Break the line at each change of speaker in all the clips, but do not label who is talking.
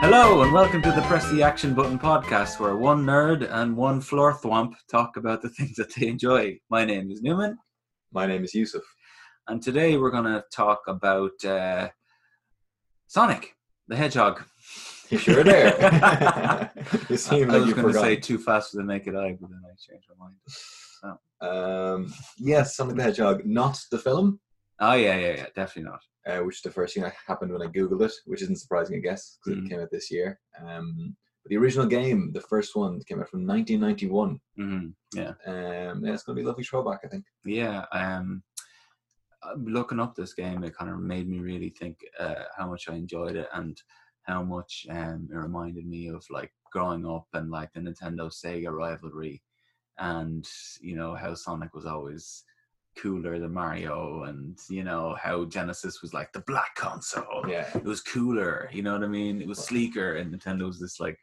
Hello and welcome to the Press the Action Button podcast, where one nerd and one floor thwomp talk about the things that they enjoy. My name is Newman,
My name is Yusuf.
and today we're going to talk about uh, Sonic the Hedgehog.
You sure there? you
I,
seem
I
like
was going
you
to
forgot.
say too fast for the naked eye, but then I changed my mind.
Um, yes, Sonic the Hedgehog, not the film,
Oh yeah, yeah, yeah, definitely not.
uh, which is the first thing that happened when I googled it, which isn't surprising, I guess, because
Mhm.
it came out this year. Um, but the original game, the first one, came out from 1991.
hmm
Um, yeah, it's going to be a lovely throwback, I think.
Yeah, um, uh, looking up this game, it kind of made me really think uh, how much I enjoyed it and how much um, it reminded me of like growing up and like the Nintendo Sega rivalry, and you know how Sonic was always cooler than Mario, and you know how Genesis was like the black console.
Yeah,
It was cooler, you know what I mean? It was sleeker, and Nintendo was this like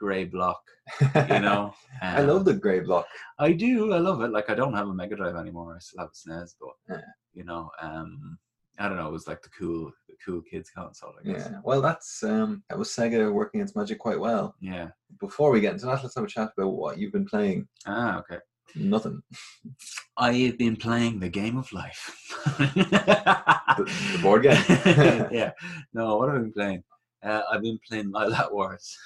gray block, you know.
I
um,
love the grey block.
I do. I love it. Like I don't have a Mega Drive anymore. I still have a SNES, E but
Yeah.
you know, um, I don't know. It was like the cool, the cool kids console. I guess.
Yeah, well, that's um, that was Sega working its magic quite well.
Yeah.
Before we get into that, let's have a chat about what you've been playing.
Ah, okay.
Nothing.
I have been playing the game of life.
the board game?
yeah. No, what have I been playing? Uh, I've been playing My Lat Wars.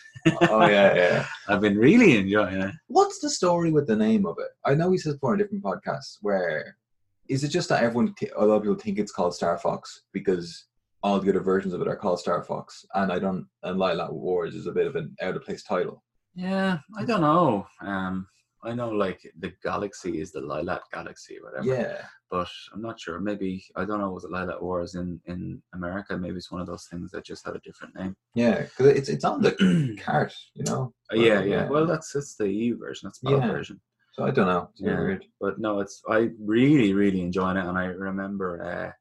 Oh yeah, yeah.
I've been really enjoying it.
What's the story with the name of it? I know we said before on different podcasts where is it just that everyone, thi- a lot of people think it's called Star Fox because all the other versions of it are called Star Fox, and I don't. And Lilac Wars is a bit of an out of place title.
Yeah, I don't know. Um, I know like the galaxy is the Lilac Galaxy, or whatever.
Yeah,
but I'm not sure. Maybe I don't know. Was it Lilac Wars in in America? Maybe it's one of those things that just had a different name.
yeah, because it's it's on the cart, you know.
Uh, yeah,
Well,
yeah.
yeah.
Well, that's that's the EU version. That's the
Yeah.
version.
So I don't know. It's a bit
Yeah.
weird.
But no, it's I really really enjoying it, and I remember. Uh,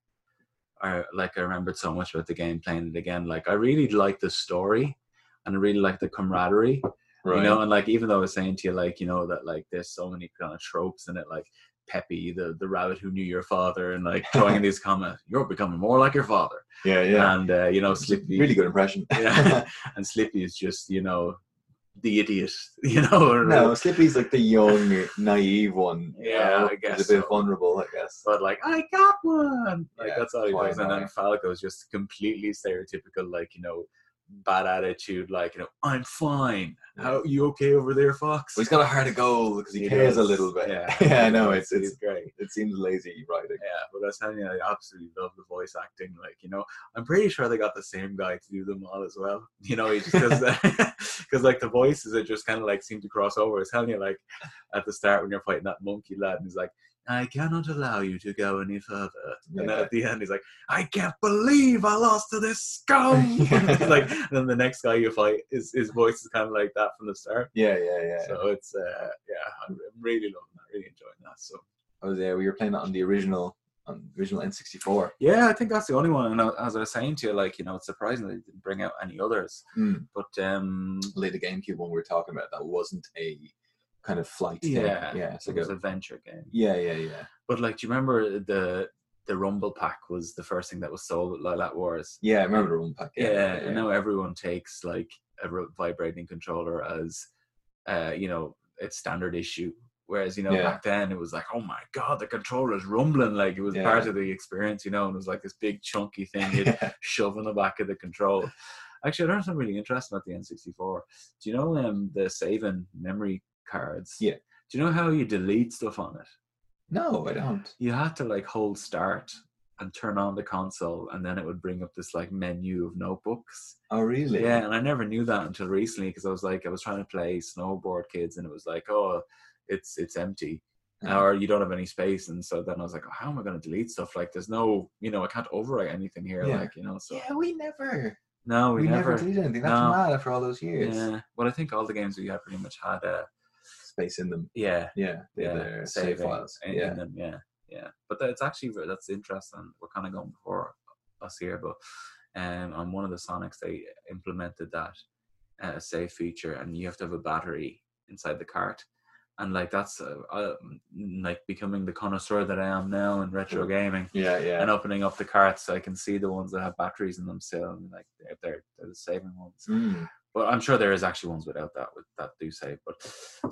I, like I remembered so much about the game playing it again. Like I really like the story, and I really like the camaraderie. you know and like even though i was saying to you like you know that like there's so many kind of tropes in it like peppy the the rabbit who knew your father and like throwing in these comments you're becoming more like your father
yeah, yeah.
and uh, you know
It's a
slippy
really good impression.
Yeah. and slippy is just you know the idiot you know or-
no, Slippy's like the young, naive one. you
Yeah,
know?
I guess
he's a bit
so.
vulnerable. I guess.
but like i got one like
Yeah,
that's all he
quite
does and then
annoying.
falco is just completely stereotypical like you know bad attitude like you know i'm fine how you okay over there fox
Well, he's got a heart of gold because he,
He
cares a
does.
little bit.
Yeah.
yeah I know. It's,
he's
it's
great
it seems lazy writing.
Yeah, but I was telling you, I absolutely love the voice acting. Like, you know, I'm pretty sure they got the same guy to do them all as well. You know, he just does that because, like, the voices are just kind of like seem to cross over. I was telling you, like, at the start when you're fighting that monkey lad, and he's like, I cannot allow you to go any further. And then
Yeah.
at the end, he's like, I can't believe I lost to this scum. He's like, and then the next guy you fight, his, his voice is kind of like that from the start.
Yeah, yeah, yeah.
So it's, uh, yeah, I'm really loving that, really enjoying that. So
I was there. We were playing that on the original, on the original N64.
Yeah, I think that's the only one. And I- as I was saying to you, like you know, it's surprising they didn't bring out any others.
Mm.
But um,
Later GameCube one we were talking about that wasn't a kind of flight
yeah,
thing. Yeah,
it's like
so
an adventure game.
yeah, yeah, yeah,
But like, do you remember the the Rumble Pack was the first thing that was sold at Lilac Wars?
yeah. I remember the one pack.
Yeah,
yeah,
and now everyone takes like a ro- vibrating controller as, uh, you know, it's standard issue. Whereas you know
Yeah.
back then it was like, oh my god, the controller's rumbling. Like it was
Yeah.
part of the experience, you know, and it was like this big chunky thing. You'd
yeah.
shove in the back of the control. Actually, I learned something really interesting about the N64. Do you know um, the saving memory cards?
Yeah.
Do you know how you delete stuff on it?
No, I don't.
You had to like hold start and turn on the console, and then it would bring up this like menu of notebooks.
Oh, really?
Yeah, and I never knew that until recently because I was like, I was trying to play Snowboard Kids, and it was like, oh, it's it's empty.
Yeah.
Or you don't have any space, and so then I was like, oh, how am I going to delete stuff? Like, there's no, you know, I can't overwrite anything here.
Yeah.
Like, you know, so
Yeah, we never,
no,
we, never, did anything. That's
Oh, No.
mad after all those years.
Yeah. Well, I think all the games we had pretty much had a
Space in them.
yeah,
Yeah, they
yeah,
had their save
saving
files.
in, in
yeah,
them, yeah, yeah. But that's actually ver- that's interesting. We're kind of going before us here, but um, on one of the Sonics they implemented that uh, save feature, and you have to have a battery inside the cart. and like that's uh, uh, like becoming the connoisseur that I am now in retro gaming
Yeah, Mm-hmm. yeah.
and opening up the carts, I can see the ones that have batteries in them still, and like they're they're, they're the saving ones.
Mm.
But I'm sure there is actually ones without that with that do save. But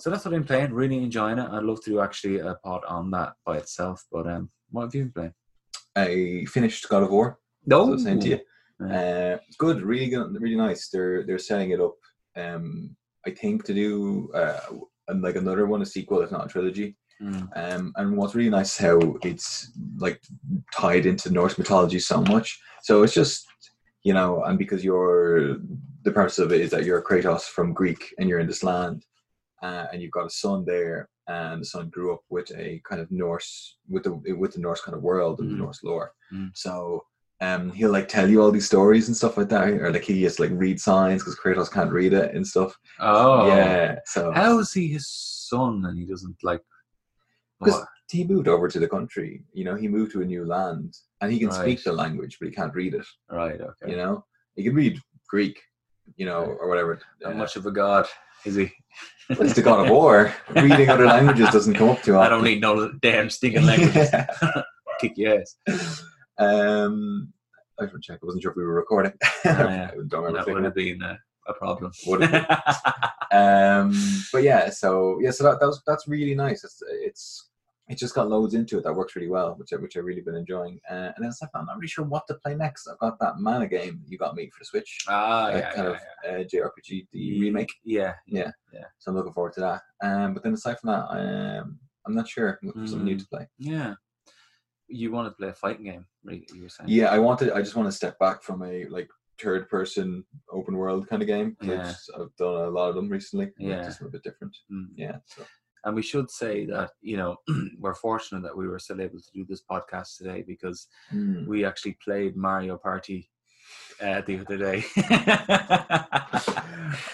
so that's what I'm playing. Really enjoying it. I'd love to do actually a pod on that by itself. But um, what have you been playing?
I finished God of War.
No,
So same to you. Uh, it's good, really good, really nice. They're they're setting it up. Um, I think to do uh, and like another one, a sequel, if not a trilogy.
Mm.
Um, and what's really nice is how it's like tied into Norse mythology so much. So it's just you know, and because you're the purpose of it is that you're Kratos from Greek and you're in this land, uh, and you've got a son there, and the son grew up with a kind of Norse with the with the Norse kind of world and
Mm.
the Norse lore.
Mm.
So. Um, he'll like tell you all these stories and stuff like that, or like he has to like read signs because Kratos can't read it and stuff.
Oh,
yeah. So
How is he his son and he doesn't like?
'Cause
What?
he moved over to the country. You know, he moved to a new land, and he can
Right.
speak the language, but he can't read it.
Right. Okay.
You know, he can read Greek, you know,
Right.
or whatever.
Not
uh,
much of a god is he?
but it's the God of War. Reading other languages doesn't come up to him.
I don't need no damn stinking languages. Kick your ass.
um, I should check. I wasn't sure if we were recording.
Oh, yeah.
I don't remember.
That
checking
would
it.
have been a, a problem.
Would have Um, but yeah, so yeah, so that, that was, that's really nice. It's it's it's just got loads into it that works really well, which I, which I really been enjoying. Uh, and then it's like, I'm not really sure what to play next. I've got that Mana game you got me for the Switch.
ah,
that
yeah,
kind
yeah,
of Uh, JRPG, the remake.
Yeah.
So I'm looking forward to that. Um, but then aside from that, um, I'm not sure. I'm looking for something new
Mm.
to play.
Yeah. You want to play a fighting game, really, you were saying?
Yeah, I wanted. I just want to step back from a like third person open world kind of game. 'cause I
Yeah.
just- I've done a lot of them recently. and
Yeah.
it's just a bit different.
Mm.
Yeah. So.
And we should say that, you know, we're fortunate that we were still able to do this podcast today because
Mm.
we actually played Mario Party uh, the other day.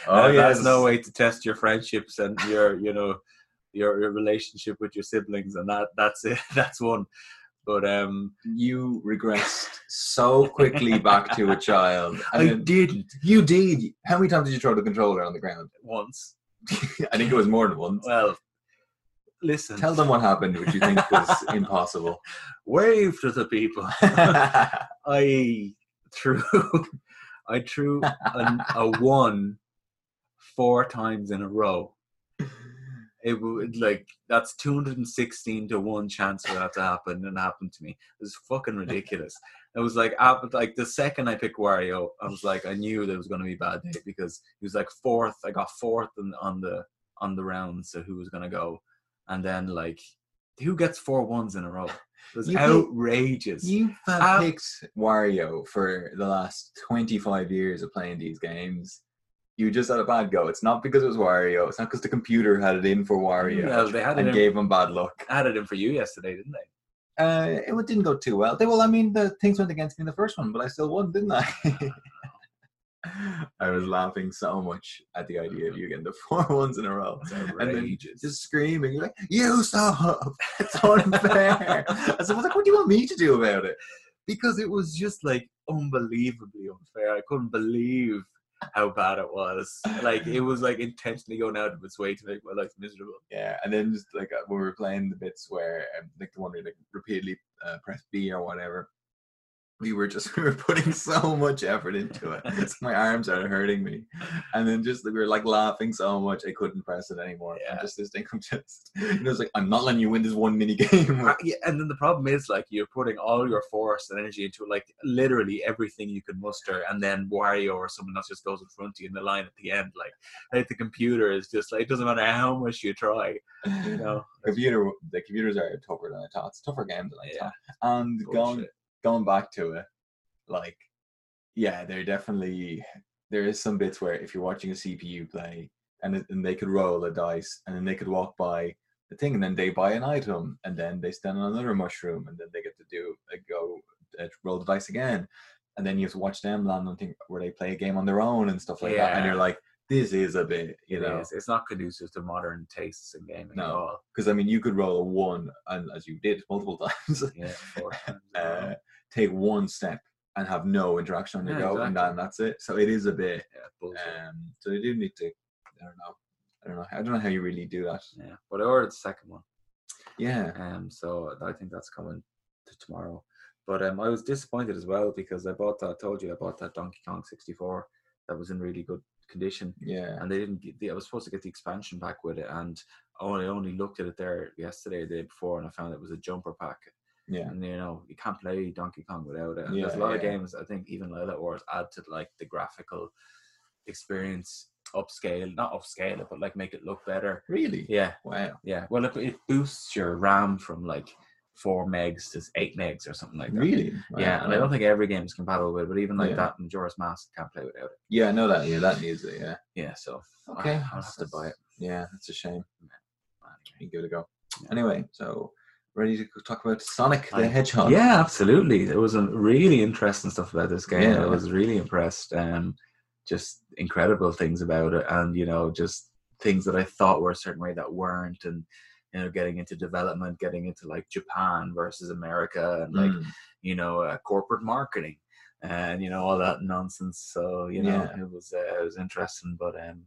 Oh,
Uh, That's
yes.
no way to test your friendships and your, you know, your, your relationship with your siblings, and that that's it. That's one. But um,
You regressed so quickly back to a child.
I,
I mean,
didn't
you did. How many times did you throw the controller on the ground?
once.
I think it was more than once.
Well, listen,
Tell them what happened, which you think was impossible.
wave to the people. I threw, I threw an, a one four times in a row. It would like that's two hundred and sixteen to one chance for that to happen, and it happened to me. It was fucking ridiculous. It was like I, like the second I picked Wario, I was like I knew there was going to be a bad day because he was like fourth. I got fourth in, on the on the round, so who was going to go? And then like who gets four ones in a row? It was
You-
outrageous.
You have
Um,
picked Wario for the last 25 years of playing these games. You just had a bad go. It's not because it was Wario. It's not because the computer had it in for Wario
Well, they had it
and
in-
gave him bad luck.
I had it in for you yesterday, didn't they?
Uh, it didn't go too well. They, well, I mean, the things went against me in the first one, but I still won, didn't I? I was laughing so much at the idea of you getting the four ones in a row.
It's
And then
outrageous.
just screaming, you're like, you stop! It's unfair! I was like, what do you want me to do about it?
because it was just like unbelievably unfair. I couldn't believe how bad it was. Like it was like intentionally going out of its way to make my life miserable.
Yeah, and then just like uh, when we were playing the bits where um, like the one where you, like repeatedly uh, press B or whatever, we were just we were putting so much effort into it. so my arms are hurting me, and then just like, we were like laughing so much I couldn't press it anymore.
Yeah.
And just this thing, I'm just you know, it's like I'm not letting you win this one mini game.
Uh, yeah, and then the problem is like you're putting all your force and energy into like literally everything you can muster, and then Wario or someone else just goes in front of you in the line at the end. Like, like the computer is just like it doesn't matter how much you try, you know.
Computer, the computers are tougher than I thought. It's a tougher game than I
Yeah.
thought. And going
Bullshit.
going back to it, like, yeah, there definitely there is some bits where if you're watching a CPU play and it- and they could roll a dice and then they could walk by the thing and then they buy an item and then they stand on another mushroom and then they get to do a go uh, roll the dice again and then you have to watch them land on thing where they play a game on their own and stuff like that and
Yeah.
you're like this is a bit you
It
know
is. It's not conducive to modern tastes in gaming at
No.
all.
because I mean you could roll a one and as you did multiple times
Yeah, four times in a row.
uh, take one step and have no interaction on your
Yeah,
go, and
exactly.
then that's it. So it is a bit.
yeah, bullshit.
Um, so they do need to. I don't know. I don't know. I don't know how you really do that.
Yeah, but I ordered the second one.
Yeah.
Um, so I think that's coming to tomorrow. But um, I was disappointed as well because I bought that. I told you I bought that Donkey Kong 64 that was in really good condition,
Yeah.
and they didn't. Get the, I was supposed to get the expansion pack with it, and oh, I only looked at it there yesterday, the day before, and I found it was a jumper pack.
Yeah.
And you know, you can't play Donkey Kong without it. And there's a
Yeah,
lot of
yeah.
games. I think even Lila Wars add to like the graphical experience, upscale, not upscale it, but like make it look better.
Really?
Yeah,
Wow.
yeah. Well, it, it boosts your RAM from like four megs to eight megs or something like that.
Really? Wow.
Yeah, and I don't think every game is compatible with it, but even like
Yeah.
that Majora's Mask can't play without it.
Yeah, I know that. Yeah, that needs it. Yeah.
Yeah, so I-
Okay.
I'll have to buy it.
Yeah, that's a shame.
anyway.
You give it a go.
Yeah.
Anyway, so ready to talk about Sonic the
I-
Hedgehog.
Yeah, absolutely. There was some really interesting stuff about this game.
Yeah.
I was really impressed. Um, just incredible things about it, and you know, just things that I thought were a certain way that weren't, and you know, getting into development, getting into like Japan versus America, and like
Mm.
you know, uh, corporate marketing, and you know all that nonsense. So you know,
Yeah.
it was uh, it was interesting. But um,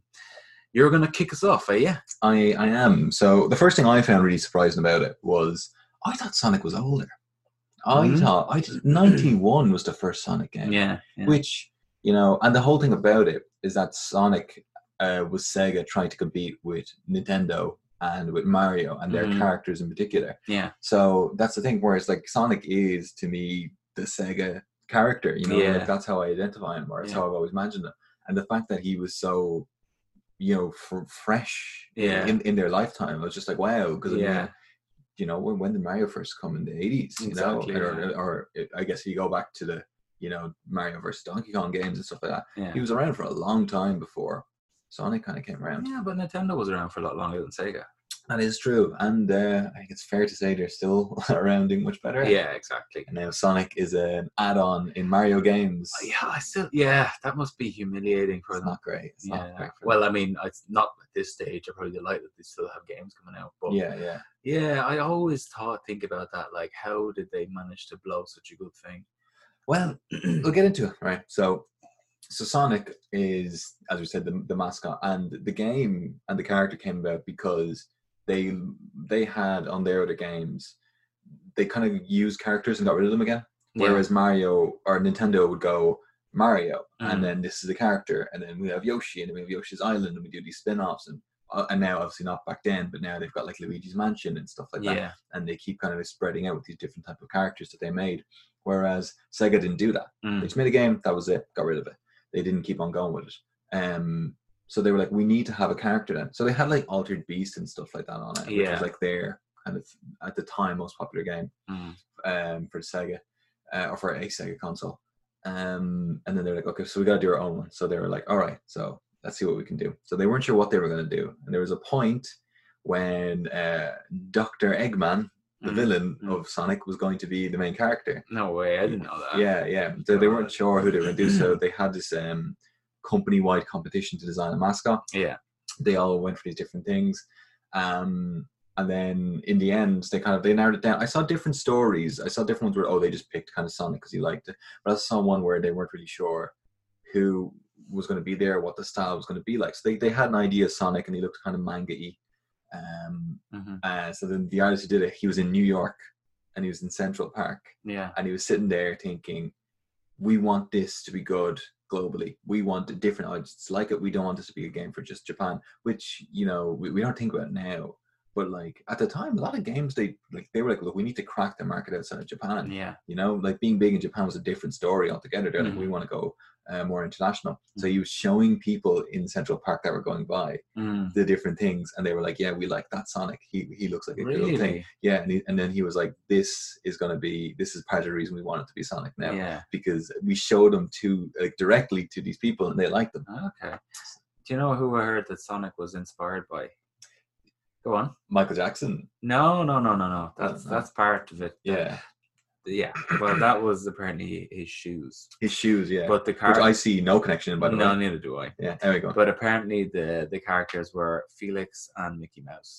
you're gonna kick us off, are you?
I I am. So the first thing I found really surprising about it was I thought Sonic was older. I
Mhm.
thought I ninety one was the first Sonic game.
Yeah, yeah.
Which you know, and the whole thing about it is that Sonic uh, was Sega trying to compete with Nintendo and with Mario and their
Mhm.
characters in particular.
yeah,
So that's the thing. Whereas like Sonic is to me the Sega character. You know, like,
Yeah.
that's how I identify him, or that's
Yeah.
how I've always imagined him. And the fact that he was so, you know, fr- fresh
Yeah.
in in their lifetime, I was just like, wow. Because
yeah,
you know, when, when did Mario first come in the eighties?
Exactly,
You know? or,
yeah.
or it- I guess you go back to the you know Mario versus Donkey Kong games and stuff like that.
yeah.
He was around for a long time before Sonic kind of came around.
Yeah, but Nintendo was around for a lot longer than Sega.
That is true, and uh, I think it's fair to say they're still around doing much better.
Yeah, exactly.
And now Sonic is an add-on in Mario games.
Oh, Yeah, I still. Yeah, that must be humiliating for
It's
them.
not great. It's not
Yeah.
great for
Well, I mean, it's not at this stage. I'm probably delighted that they still have games coming out. But
them. yeah, yeah,
yeah, I always thought think about that. Like, how did they manage to blow such a good thing?
Well, we'll get into it, right? So, so Sonic is, as we said, the, the mascot, and the game and the character came about because they they had on their other games, they kind of used characters and got rid of them again. Whereas Mario or Nintendo would go Mario,
Mhm.
and then this is the character, and then we have Yoshi, and then we have Yoshi's Island, and we do these spin-offs, and uh, and now obviously not back then, but now they've got like Luigi's Mansion and stuff like that,
yeah,
and they keep kind of spreading out with these different type of characters that they made. Whereas Sega didn't do that.
Mm.
They just made a game, that was it, got rid of it. They didn't keep on going with it. Um, so they were like, we need to have a character then. So they had like Altered Beast and stuff like that on it, which
Yeah.
was like their kind of at the time most popular game
Mm.
um, for Sega uh, or for a Sega console. Um, and then they were like, okay, so we got to do our own one. So they were like, all right, so let's see what we can do. So they weren't sure what they were going to do. And there was a point when uh, Dr. Eggman, the
Mm.
villain
mm.
of Sonic, was going to be the main character.
No way, I didn't know that.
yeah, yeah. So they weren't
God.
sure who they were going to do. So they had this um, company wide competition to design a mascot.
yeah,
They all went for these different things. Um, and then in the end they kind of they narrowed it down i saw different stories i saw different ones where oh they just picked kind of sonic because he liked it but i saw one where they weren't really sure who was going to be there what the style was going to be like so they, they had an idea of sonic and he looked kind of manga-y um,
Mhm.
uh, so then the artist who did it he was in new york and he was in central park
yeah,
and he was sitting there thinking we want this to be good globally we want a different audience to like it we don't want this to be a game for just japan which you know we, we don't think about now but like at the time a lot of games they like they were like look we need to crack the market outside of japan
yeah,
you know like being big in japan was a different story altogether they're like
Mhm.
we want to go uh, more international
Mm-hmm.
so he was showing people in central park that were going by
Mm.
the different things and they were like yeah we like that sonic he, he looks like a cool thing
really,
yeah and, he, and then he was like this is going to be this is part of the reason we want it to be sonic now
yeah.
because we showed them to like directly to these people and they liked them
Okay. Do you know who I heard that Sonic was inspired by? Go on.
michael jackson
No, no, no, no, no. That's
no.
that's part of it.
yeah
yeah. Well, that was apparently his shoes.
his shoes yeah
But the
which
character,
i see no connection in, by the
no,
way
neither do I.
yeah there we go
But apparently the the characters were Felix and Mickey Mouse,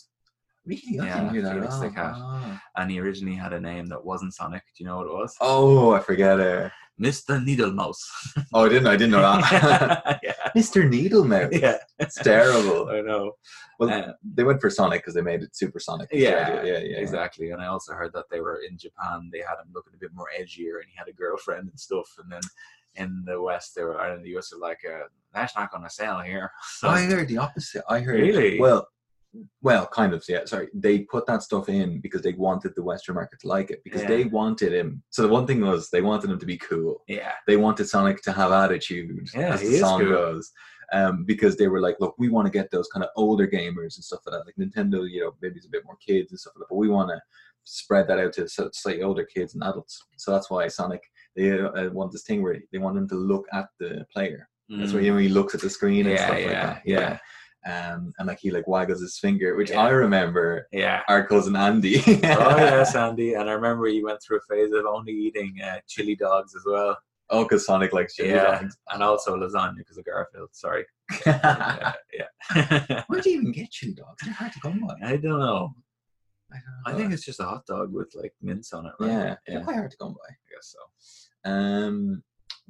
really i
yeah,
didn't hear that at
Felix the
all.
Cat.
Ah.
and he originally had a name that wasn't Sonic. Do you know what it was?
oh i forget it
Mr. Needle Mouse.
oh i didn't i didn't know that
yeah.
Mr. Needlemouth.
yeah,
It's terrible.
I know.
Well,
Uh,
they went for Sonic because they made it supersonic.
Yeah,
yeah, yeah.
Exactly. And I also heard that they were in Japan. They had him looking a bit more edgier, and he had a girlfriend and stuff. And then in the West, they were or in the US, they're like, uh, "That's not going to sell here." So
I heard the opposite. I heard
Really?
well, well, kind of. Yeah, sorry. They put that stuff in because they wanted the Western market to like it because
Yeah.
they wanted him. So the one thing was they wanted him to be cool.
yeah,
They wanted Sonic to have attitude,
Yeah,
as
he
the
is
song
cool.
goes, um, because they were like, look, we want to get those kind of older gamers and stuff like that. Like Nintendo, you know, maybe it's a bit more kids and stuff like that, but we want to spread that out to so- slightly older kids and adults. So that's why Sonic. They uh, want this thing where they want him to look at the player. That's where
Mm.
you know, he looks at the screen and
Yeah,
stuff like
yeah,
that. Yeah. Um, and like he like waggles his finger, which
Yeah.
I remember
Yeah.
our cousin Andy.
oh yes, Andy. And I remember you went through a phase of only eating uh, chili dogs as well,
Oh, because Sonic likes chili
Yeah.
dogs.
and also lasagna because of Garfield. Sorry. Uh, yeah.
Where do you even get chili dogs? They're hard to come by.
I don't know.
I,
I think it's just a hot dog with like mince on it, right?
yeah,
Yeah.
they're quite hard to come by.
I guess so.
Um,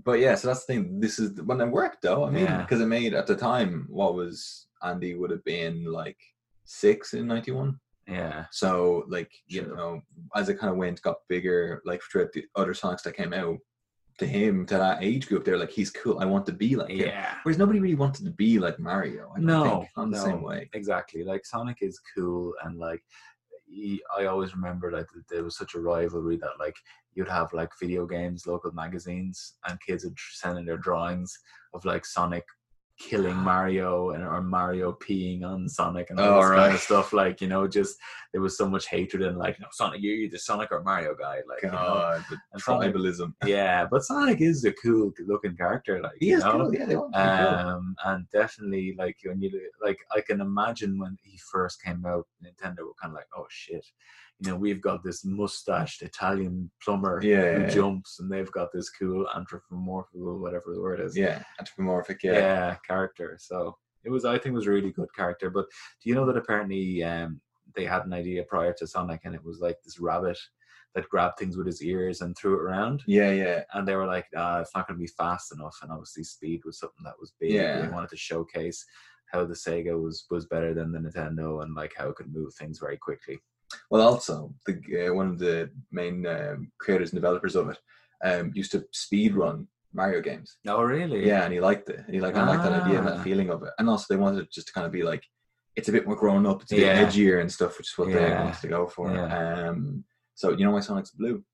but yeah, so that's the thing. This is when it worked though. I mean,
Yeah.
because it made at the time what was Andy would have been like six in ninety one.
Yeah.
So like you
Sure.
know, as it kind of went, got bigger, like throughout the other songs that came out to him to that age group, they're like, he's cool. I want to be like him.
Yeah.
Whereas nobody really wanted to be like Mario. I don't
No,
think, not the same
no.
way.
exactly like sonic is cool and like y- i always remember like that there was such a rivalry that like you'd have like video games local magazines and kids would tr- send in their drawings of like sonic killing mario and or mario peeing on sonic and all
Oh,
this kind
right.
of stuff like you know just there was so much hatred and like no sonic you're either sonic or mario guy like you know?
God, the
And Sonic-
tribalism.
yeah but sonic is a cool looking character like
He
you
is
know?
cool. Yeah, they want to be cool.
um and definitely like when you look- like i can imagine when he first came out nintendo were kind of like oh shit you know we've got this mustached italian plumber who
Yeah,
jumps and they've got this cool anthropomorphic whatever the word is
yeah, anthropomorphic. Yeah.
yeah, character so it was i think it was a really good character but do you know that apparently um they had an idea prior to sonic and it was like this rabbit that grabbed things with his ears and threw it around
yeah, yeah.
and they were like, nah, it's not going to be fast enough. And obviously, speed was something that was big.
Yeah.
They wanted to showcase how the Sega was was better than the Nintendo and like how it could move things very quickly.
Well, also the uh, one of the main um, creators and developers of it um, used to speed run Mario games.
Oh, really?
Yeah, and he liked it. He like I like that idea and that
Ah.
feeling of it. And also they wanted it just to kind of be like it's a bit more grown up, it's a bit
Yeah.
edgier and stuff, which is what they
Yeah.
wanted to go for.
Yeah.
Um so you know why Sonic's blue?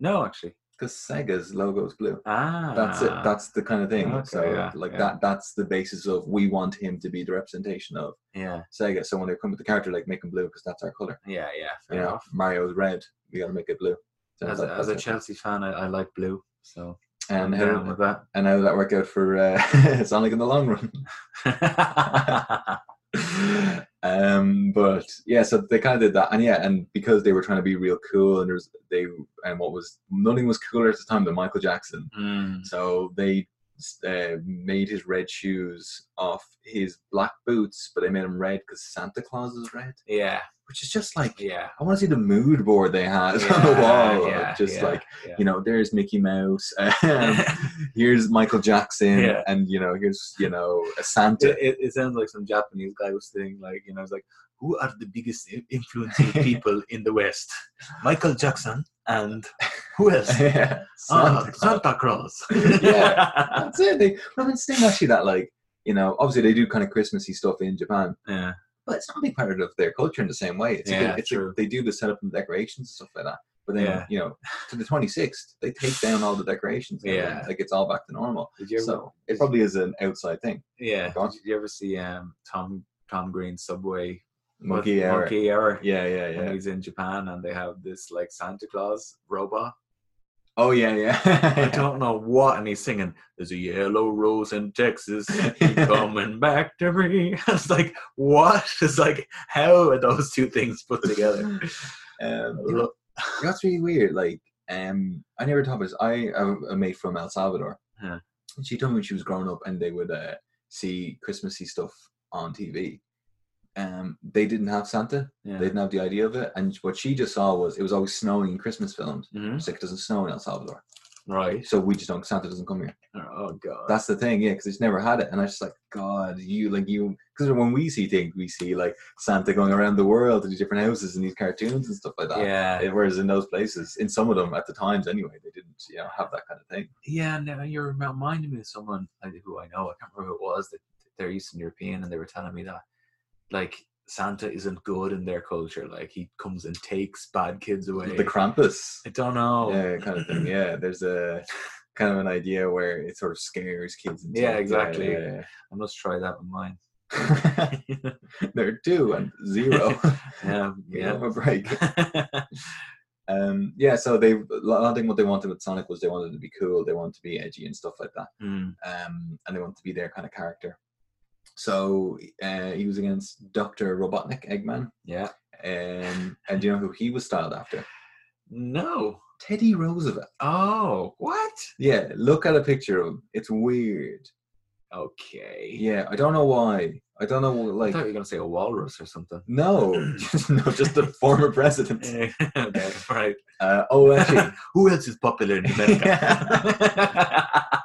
No, actually.
Because Sega's logo is blue.
Ah.
That's it. That's the kind of thing.
Okay,
so
yeah,
like
yeah.
that that's the basis of we want him to be the representation of
yeah,
Sega. So when they come with the character, like make him blue because that's our colour.
yeah, yeah. Fair
You know,
enough.
Mario's red, we gotta make it blue. So
As,
that-
a, as a
that's it.
Chelsea fan, I, I like blue, so I'm
and
down
how,
with that.
and how did that work out for uh, Sonic in the long run? um but yeah so they kind of did that and yeah and because they were trying to be real cool and there was they and what was nothing was cooler at the time than michael jackson
Mm.
so they uh, made his red shoes off his black boots but they made them red because santa claus is red
Yeah,
which is just like
yeah.
i want to see the mood board they had on the
Yeah,
wall of
yeah,
just
yeah,
like
yeah.
you know there's mickey mouse um, here's michael jackson
Yeah.
and you know here's you know a santa
it, it, it sounds like some Japanese guy was saying, like, you know, it's like, who are the biggest i- influencing people in the West? Michael Jackson and who else?
yeah,
Ah,
Santa
Santa,
Claus.
Claus.
Yeah. That's it. They, well, it's still actually that like you know, obviously they do kind of Christmassy stuff in Japan,
yeah.
but it's not a big part of their culture in the same way. It's, a
Yeah,
good- it's
true.
A, they do the setup and decorations and stuff like that. But then
Yeah.
you know, to the twenty sixth, they take down all the decorations. and everything.
Yeah.
like it's all back to normal.
Did you ever,
so it probably is an outside thing.
yeah.
Go on.
Did you ever see um, Tom Tom Green's Subway
Monkey
Mon-
error.
Monkey Error?
Yeah, yeah, yeah.
When he's in Japan and they have this like Santa Claus robot.
Oh yeah, yeah.
I don't know what, and he's singing. There's a yellow rose in Texas. coming back to me. It's like, what? It's like, how are those two things put together?
um, you know,
Look,
that's really weird. Like, um, I never thought this. I have a mate from El Salvador,
Huh.
and she told me when she was growing up, and they would uh, see Christmassy stuff on TV. Um, they didn't have Santa.
yeah.
They didn't have the idea of it, and what she just saw was it was always snowing in Christmas films.
Mhm.
It's like it doesn't snow in El Salvador.
Right.
So we just don't. Santa doesn't come here.
Oh god.
That's the thing, yeah, because it's never had it, and I just like God, you like you because when we see things, we see like Santa going around the world to these different houses and these cartoons and stuff like that.
yeah.
Eh, Whereas in those places, in some of them at the times anyway, they didn't you know have that kind of thing.
yeah, no, you're reminding me of someone I- who I know. I can't remember who it was. That they're Eastern European, and they were telling me that, like, Santa isn't good in their culture. Like, he comes and takes bad kids away.
The Krampus,
I don't know. Yeah,
yeah, kind of thing. Yeah, there's a kind of an idea where it sort of scares kids. And
Yeah,
stuff.
exactly.
yeah,
I must try that with mine.
yeah, yeah. there are two and zero.
Yeah,
You
yeah.
know, a break.
yeah.
Um, yeah, so they. I think what they wanted with Sonic was they wanted to be cool, they wanted to be edgy and stuff like that,
Mm,
um, and they wanted to be their kind of character. So uh, he was against Doctor Robotnik, Eggman,
yeah.
um, and do you know who he was styled after?
No.
Teddy Roosevelt.
Oh, what?
Yeah, look at a picture of him. It's weird.
Okay.
Yeah, I don't know why. I don't know,
I
like,
thought you were gonna say a walrus or something.
no, no, just the former president.
Eh, okay, right.
Uh, oh, actually,
Who else is popular in America?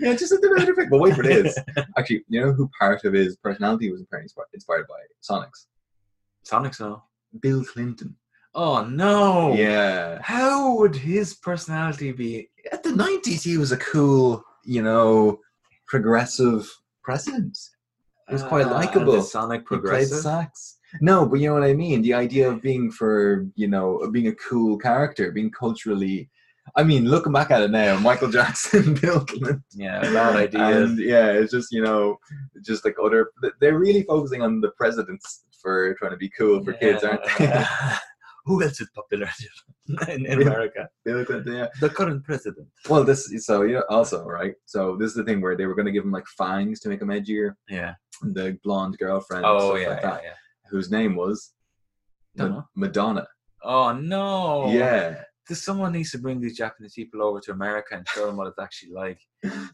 yeah, just a bit of a pick. But wait for this. Actually, you know who part of his personality was apparently inspi- inspired by Sonic's?
Sonic's now.
Bill Clinton.
Oh no!
Yeah.
How would his personality be?
At the nineties, he was a cool, you know, progressive president. He was quite
Ah, and
likable.
is Sonic
He played
progressive.
sax. No, but you know what I mean. The idea of being for you know of being a cool character, being culturally. I mean, looking back at it now, Michael Jackson, Bill Clinton.
yeah, bad ideas.
And yeah, it's just you know, just like other. They're really focusing on the presidents for trying to be cool for kids, aren't they?
Yeah. Who else is popular in, in America?
Bill Clinton, yeah.
The current president.
Well, this is- so you know, also right. So this is the thing where they were going to give him like fangs to make him edgier.
Yeah.
The blonde girlfriend,
Oh
stuff
yeah,
like
yeah,
that,
yeah.
whose name was Ma-
Dunno.
Madonna.
Oh no.
Yeah,
This, someone needs to bring these Japanese people over to America and show them what it's actually like.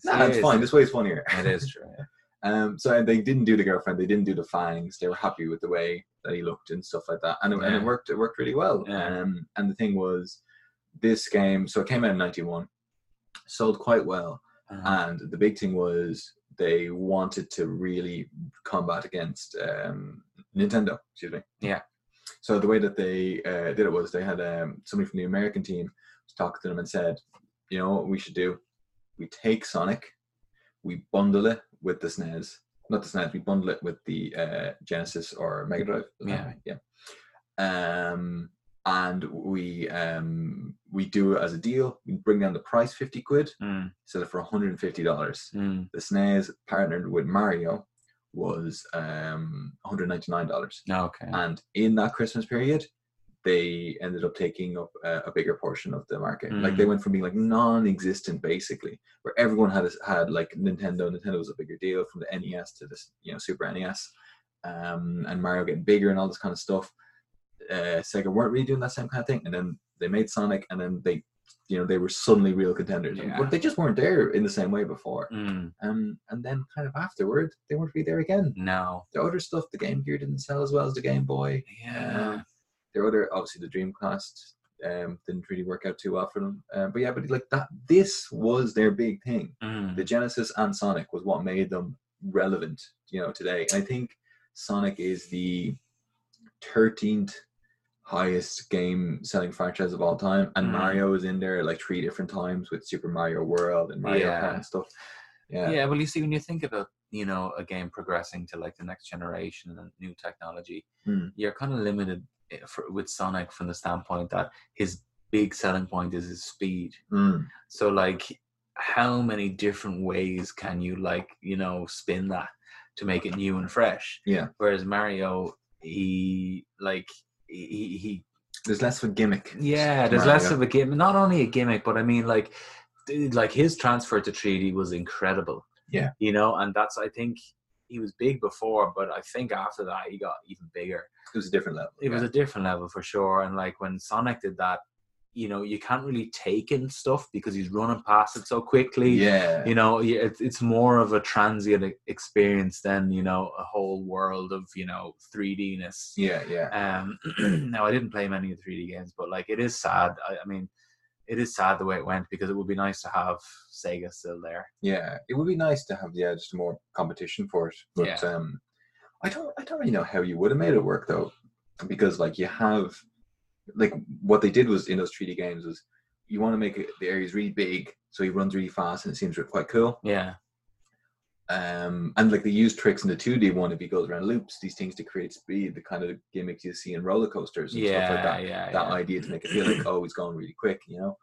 nah, it's fine. This way is funnier.
It is true. yeah.
Um, so they didn't do the girlfriend. They didn't do the fangs. They were happy with the way that he looked and stuff like that, and it, and it
Yeah.
worked. It worked really well.
Yeah.
Um, and the thing was, this game. So it came out in '91, sold quite well,
Uh,
and the big thing was they wanted to really combat against um, Nintendo. Excuse me.
Yeah.
So the way that they uh, did it was they had um, somebody from the American team talk to them and said, you know what we should do? We take Sonic, we bundle it with the SNES, not the SNES, we bundle it with the uh, Genesis or Mega Drive. is that
Yeah.
right? yeah. Um, and we um, we do it as a deal. We bring down the price fifty quid,
mm,
sell it for one hundred and fifty dollars.
mm.
The SNES partnered with Mario was um, one hundred ninety nine dollars.
Okay.
And in that Christmas period, they ended up taking up a, a bigger portion of the market. Like they went from being like non-existent basically, where everyone had a- had like Nintendo. Nintendo was a bigger deal from the NES to this, you know, Super NES, um, and Mario getting bigger and all this kind of stuff. Uh, Sega weren't really doing that same kind of thing, and then they made Sonic, and then they, you know, they were suddenly real contenders.
Yeah.
But they just weren't there in the same way before.
Mm,
Um, and then kind of afterward, they weren't really there again.
no.
The other stuff, the Game Gear didn't sell as well as the Game Boy.
Yeah.
Um, their other, obviously, the Dreamcast um, didn't really work out too well for them. Um, but yeah, but like that, this was their big thing.
Mm.
The Genesis and Sonic was what made them relevant, you know, today. And I think Sonic is the 13th highest game selling franchise of all time, and
Mm.
Mario is in there like three different times with Super Mario World and Mario
Yeah.
Kart and stuff. Yeah.
Yeah, well, you see, when you think about you know a game progressing to like the next generation and new technology,
Hmm.
you're kind of limited eh, for, with Sonic from the standpoint that his big selling point is his speed.
Mm.
So like, how many different ways can you like you know spin that to make it new and fresh?
Yeah.
Whereas Mario, he like he he- he
There's less of a gimmick.
yeah, there's
Mario.
less of a gimmick. Not only a gimmick, but I mean, like, dude, like his transfer to 3D was incredible.
Yeah.
you know, and that's I think he was big before, but I think after that he got even bigger.
It was a different level.
It was a different level for sure. And like when Sonic did that, you know, you can't really take in stuff because he's running past it so quickly.
yeah.
You know, yeah, it's it's more of a transient e- experience than you know a whole world of you know 3Dness.
Yeah, yeah.
Um, now I didn't play many of the 3D games, but like it is sad. I, I mean, it- it is sad the way it went because it would be nice to have Sega still there.
Yeah, it would be nice to have yeah just more competition for it. But
Yeah.
um, I don't I don't really know how you would have made it work though, because like you have, like what they did was in those 3D games was you want to make it, the areas really big so he runs really fast and it seems quite cool.
Yeah,
Um, and like they use tricks in the 2D one if he goes around loops, these things to create speed, the kind of gimmicks you see in roller coasters and
yeah,
stuff like that
yeah,
that
yeah.
idea to make it feel like oh it's going really quick you know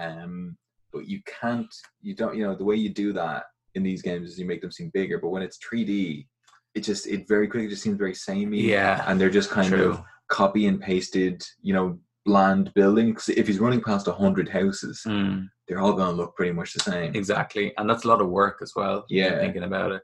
um but you can't you don't you know the way you do that in these games is you make them seem bigger but when it's 3d it just it very quickly just seems very samey
yeah,
and they're just kind
true.
of copy and pasted you know bland buildings if he's running past 100 houses
Mm,
they're all going to look pretty much the same
exactly, and that's a lot of work as well. you know,
Yeah.
thinking about it.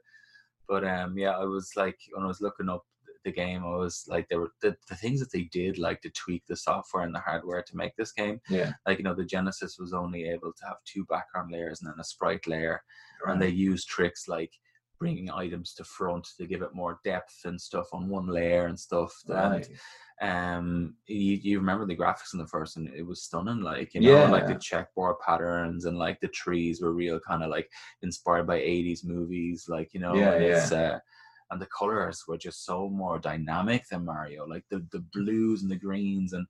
But um, yeah, I was like when I was looking up the game, I was like, there were the, the things that they did, like to tweak the software and the hardware to make this game.
yeah
Like you know, the Genesis was only able to have two background layers and then a sprite layer. and they use tricks like bringing items to front to give it more depth and stuff on one layer and stuff.
right.
And um, you, you remember the graphics in the first, and it was stunning. Like you know, like the
Yeah.
checkboard patterns and like the trees were real, kind of like inspired by '80s movies. Like you know,
Yeah,
and it's, uh, and the colors were just so more dynamic than Mario. Like the the blues and the greens, and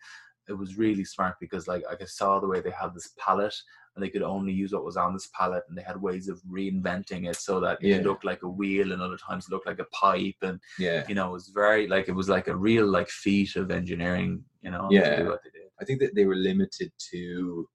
it was really smart because like, like I saw the way they had this palette and they could only use what was on this palette and they had ways of reinventing it so that
Yeah.
it looked like a wheel and other times it looked like a pipe and
yeah
you know it was very like it was like a real like feat of engineering you know to
Yeah.
do what they did.
I think that they were limited to,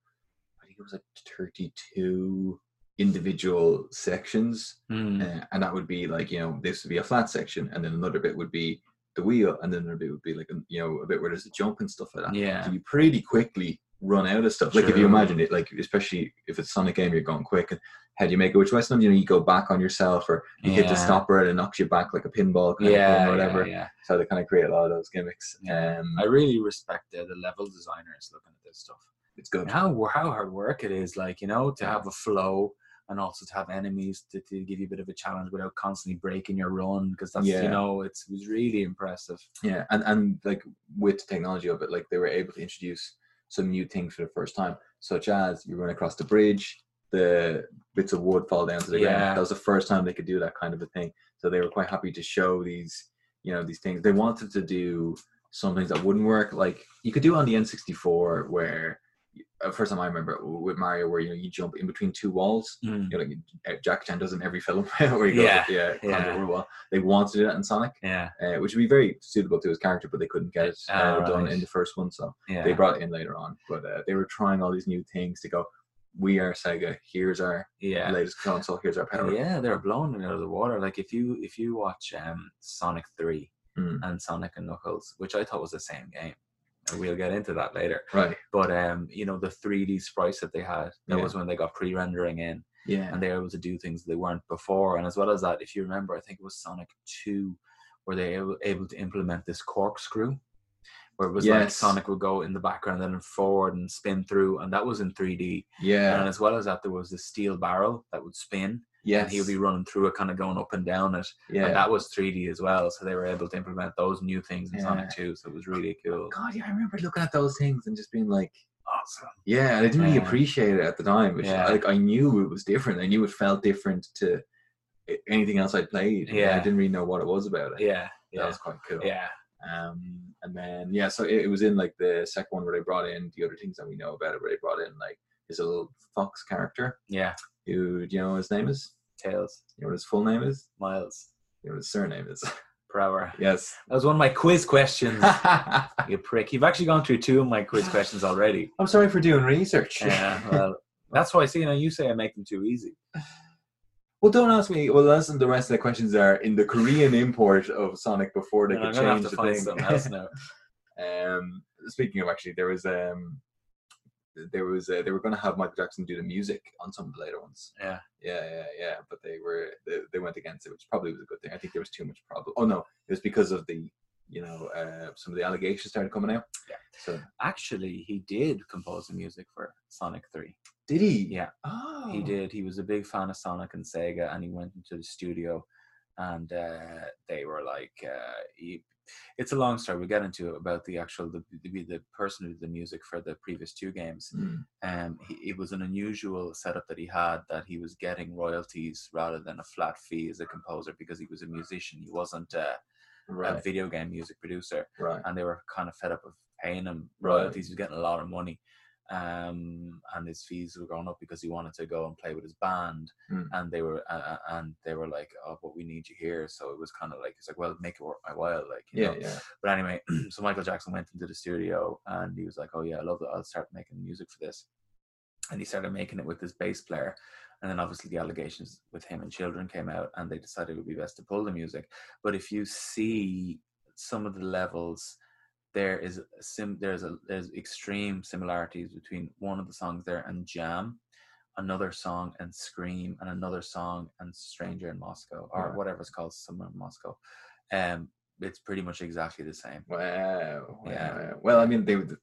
I think it was like 32 individual sections.
Mm,
Uh, and that would be like, you know, this would be a flat section. And then another bit would be the wheel. And then another bit would be like, an- you know, a bit where there's a jump and stuff like that.
yeah
So you pretty quickly run out of stuff. Like if you
True.
imagine it, like especially if it's Sonic game, you're going quick. And how do you make it? Which way sometimes, you know, you go back on yourself or you hit the
Yeah.
stopper and it knocks you back like a pinball kind of
yeah,
thing or whatever.
yeah yeah
So they kind of create a lot of those gimmicks.
Yeah.
Um,
I really respect the, the level designers looking at this stuff
it's good.
and how wo- how hard work it is like you know to have a flow and also to have enemies to, to give you a bit of a challenge without constantly breaking your run because that's
Yeah.
you know it's, it was really impressive
yeah and and like with the technology of it like they were able to introduce some new things for the first time such as you run across the bridge the bits of wood fall down to the
Yeah.
ground that was the first time they could do that kind of a thing so they were quite happy to show these you know these things they wanted to do some things that wouldn't work like you could do it on the n64 where uh, first time i remember with mario where you know you jump in between two walls
Mm.
you know, like uh, Jackie Chan does in every film where he goes,
Yeah,
yeah, yeah,
yeah.
yeah. Wall. They wanted to do that in Sonic,
yeah
uh, which would be very suitable to his character, but they couldn't get it
Ah,
uh, done
right.
in the first one, so
yeah
they brought it in later on. But uh, they were trying all these new things to go. We are Sega. Here's our
yeah
latest console. Here's our power.
Yeah, they're blown out of the water. Like if you if you watch um, Sonic Three
Mm.
and Sonic and Knuckles, which I thought was the same game, and we'll get into that later.
Right.
But um, you know the 3D sprites that they had, that
Yeah.
was when they got pre-rendering in,
Yeah.
and they were able to do things they weren't before. And as well as that, if you remember, I think it was Sonic Two, where they were able to implement this corkscrew. Where it was like
Yes.
Sonic would go in the background and then forward and spin through, and that was in 3D. And
Yeah.
as well as that, there was this steel barrel that would spin,
Yes.
and he would be running through it, kind of going up and down it.
yeah.
And that was 3D as well, so they were able to implement those new things in Sonic
Yeah.
2, so it was really cool.
God, yeah, I remember looking at those things and just being like,
Awesome.
yeah, and I didn't really
Yeah.
appreciate it at the time. Which,
Yeah.
Like, I knew it was different. I knew it felt different to a- anything else I played. and I
Yeah.
didn't really know what it was about it.
Yeah,
That
yeah,
was quite cool.
yeah,
Um, and then yeah, so it, it was in like the second one where they brought in the other things that we know about it. Where they brought in like his little fox character.
yeah.
Who do you know what his name is?
Tails,
You know what his full name is?
miles
You know what his surname is?
per hour.
yes.
That was one of my quiz questions.
I'm
you prick. You've actually gone through two of my quiz questions already.
sorry for doing research.
Yeah, well, that's why, see, you know, you say I make them too easy.
well, don't ask me. Well, that's the rest of the questions are in the Korean import of Sonic before they
And I'm
could
going to have
change
to
the
find
thing.
something else now.
Um, speaking of actually, there was um, there was uh, they were going to have Michael Jackson do the music on some of the later ones.
Yeah.
yeah, yeah, yeah. But they were they, they went against it, which probably was a good thing. I think there was too much problem. Oh no, it was because of the you know uh, some of the allegations started coming out.
Yeah.
So
Actually, he did compose the music for Sonic 3.
did he?
Yeah.
Oh.
He did. He was a big fan of Sonic and Sega, and he went into the studio, and uh, they were like, uh, he, it's a long story. We'll get into it about the actual the the, the person who did the music for the previous two games.
Mm.
Um, he, it was an unusual setup that he had that he was getting royalties rather than a flat fee as a composer because he was a musician. He wasn't a, a
Right.
video game music producer,
Right.
and they were kind of fed up of paying him
Right.
royalties. He was getting a lot of money, um, and his fees were going up because he wanted to go and play with his band.
Mm.
And they were uh, uh, and they were like, "Oh, but we need you here." So it was kind of like, "It's like, well, make it worth my while." Like, you know?
Yeah. Yeah.
But anyway, so Michael Jackson went into the studio and he was like, "Oh yeah, I love that. I'll start making music for this." And he started making it with this bass player, and then obviously the allegations with him and children came out, and they decided it would be best to pull the music. But if you see some of the levels, there is a sim there's a there's extreme similarities between one of the songs there and Jam, another song and Scream, and another song and Stranger in Moscow or
Yeah.
whatever it's called, Somewhere in Moscow. Um, it's pretty much exactly the same.
Wow.
Yeah.
wow. Well, I mean, they would-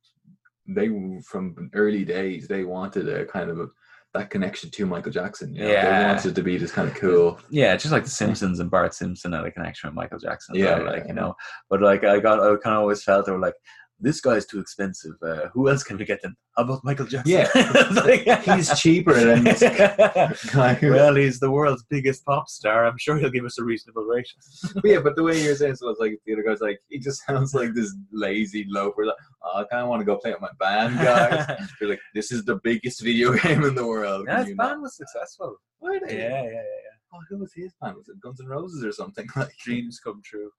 they w- from early days they wanted a kind of a, that connection to Michael Jackson. You know? They
Yeah.
wanted to be this kind of cool.
Yeah, just like The Simpsons and Bart Simpson had a connection with Michael Jackson.
Yeah,
Yeah,
yeah,
like
yeah.
you know, but like I got, I kind of always felt they were like, this guy's too expensive. Uh, who else can we get them? How about Michael Jackson?
Yeah.
Like-
He's cheaper than this guy.
well, he's the world's biggest pop star. I'm sure he'll give us a reasonable rate.
But yeah, but the way you're saying so was like the other guy's like he just sounds like this lazy loafer. Like "Oh, I kind of want to go play with my band, guys. They're like, this is the biggest video game in the world.
yeah,
Can
his
you not-
band was successful.
Were
Yeah,
they?
yeah, yeah. yeah.
Oh, who was his band? Was it Guns N' Roses or something? Like,
Dreams come true.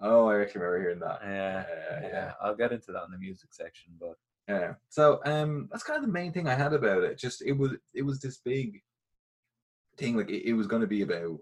oh, I actually remember hearing that.
Yeah,
yeah, yeah.
yeah. I'll get into that in the music section, but
Yeah. So um, that's kind of the main thing I had about it. Just it was it was this big thing. Like it, it was going to be about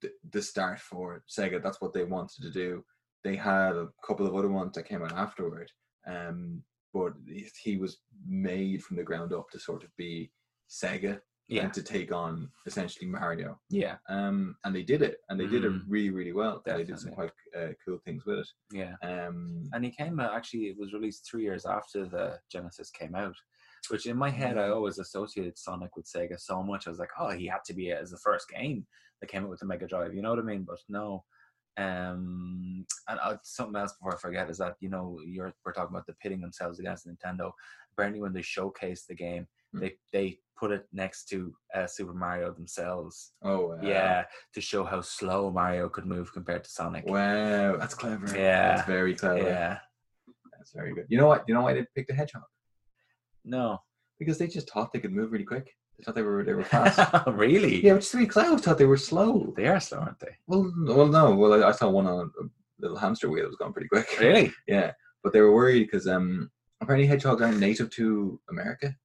the, the start for Sega. That's what they wanted to do. They had a couple of other ones that came out afterward. Um, but he- he was made from the ground up to sort of be Sega
yeah,
and to take on essentially Mario.
yeah,
Um, and they did it, and they did it
Mm.
really, really well. And they did some quite
Definitely.
uh, cool things with it.
yeah.
Um,
and he came out actually it was released three years after the genesis came out which in my head i
Mm.
always associated sonic with sega so much i was like oh he had to be it as the first game that came out with the mega drive you know what i mean but no um and uh, something else before i forget is that you know you're we're talking about the pitting themselves against nintendo apparently when they showcased the game
Hmm.
they they put it next to uh, super mario themselves
oh, uh,
yeah to show how slow mario could move compared to sonic
Wow, that's clever.
Yeah,
that's very clever.
yeah
That's very good. You know what? You know why they picked a hedgehog?
no
Because they just thought they could move really quick. They thought they were they were fast.
really?
yeah, which is really clever. I always thought they were slow.
They are slow, aren't they?
Well, n- well, no. Well, I, I saw one on a little hamster wheel that was going pretty quick.
Really?
Yeah, but they were worried because um, apparently hedgehogs aren't native to America,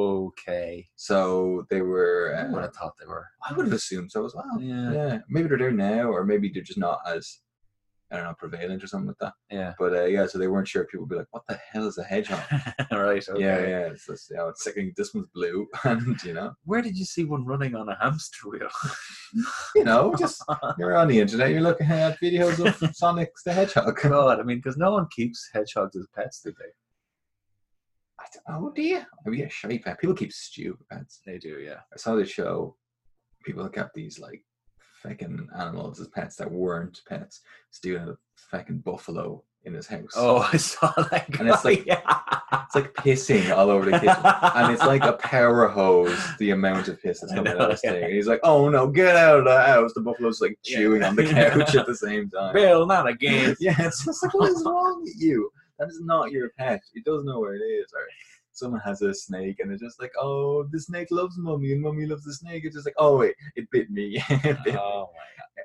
Okay.
so they were.
I would
Uh,
have thought they were.
I would have assumed so as well.
Oh, Yeah.
Yeah, maybe they're there now, or maybe they're just not as I don't know prevalent or something like that.
Yeah.
But uh, yeah, so they weren't sure. People would be like, "What the hell is a hedgehog?"
right. Okay.
Yeah, yeah. It's just, you know, it's like this one's blue, and you know,
Where did you see one running on a hamster wheel?
you know, just you're on the internet, you're looking at videos of Sonic the Hedgehog.
God, I mean, because no one keeps hedgehogs as pets, do they?
I don't- Oh dear, maybe a shy pet. People keep stupid pets.
They do, yeah.
I saw this show. People kept these like fucking animals as pets that weren't pets. This dude had a fucking buffalo in his house.
Oh, I saw that.
And it's
guy,
like-
yeah.
It's like pissing all over the kitchen. And it's like a power hose, the amount of piss that's
I
coming
know,
out of this
yeah.
thing. And he's like, oh no, get out of the house. The buffalo's like
Yeah.
chewing on the couch at the same time.
Bill, not again.
yeah, it's just like, what is wrong with you? That is not your pet. It doesn't know where it is. Or someone has a snake and it's just like, oh, the snake loves mummy and mummy loves the snake. It's just like, oh wait, it bit me. It bit me.
Oh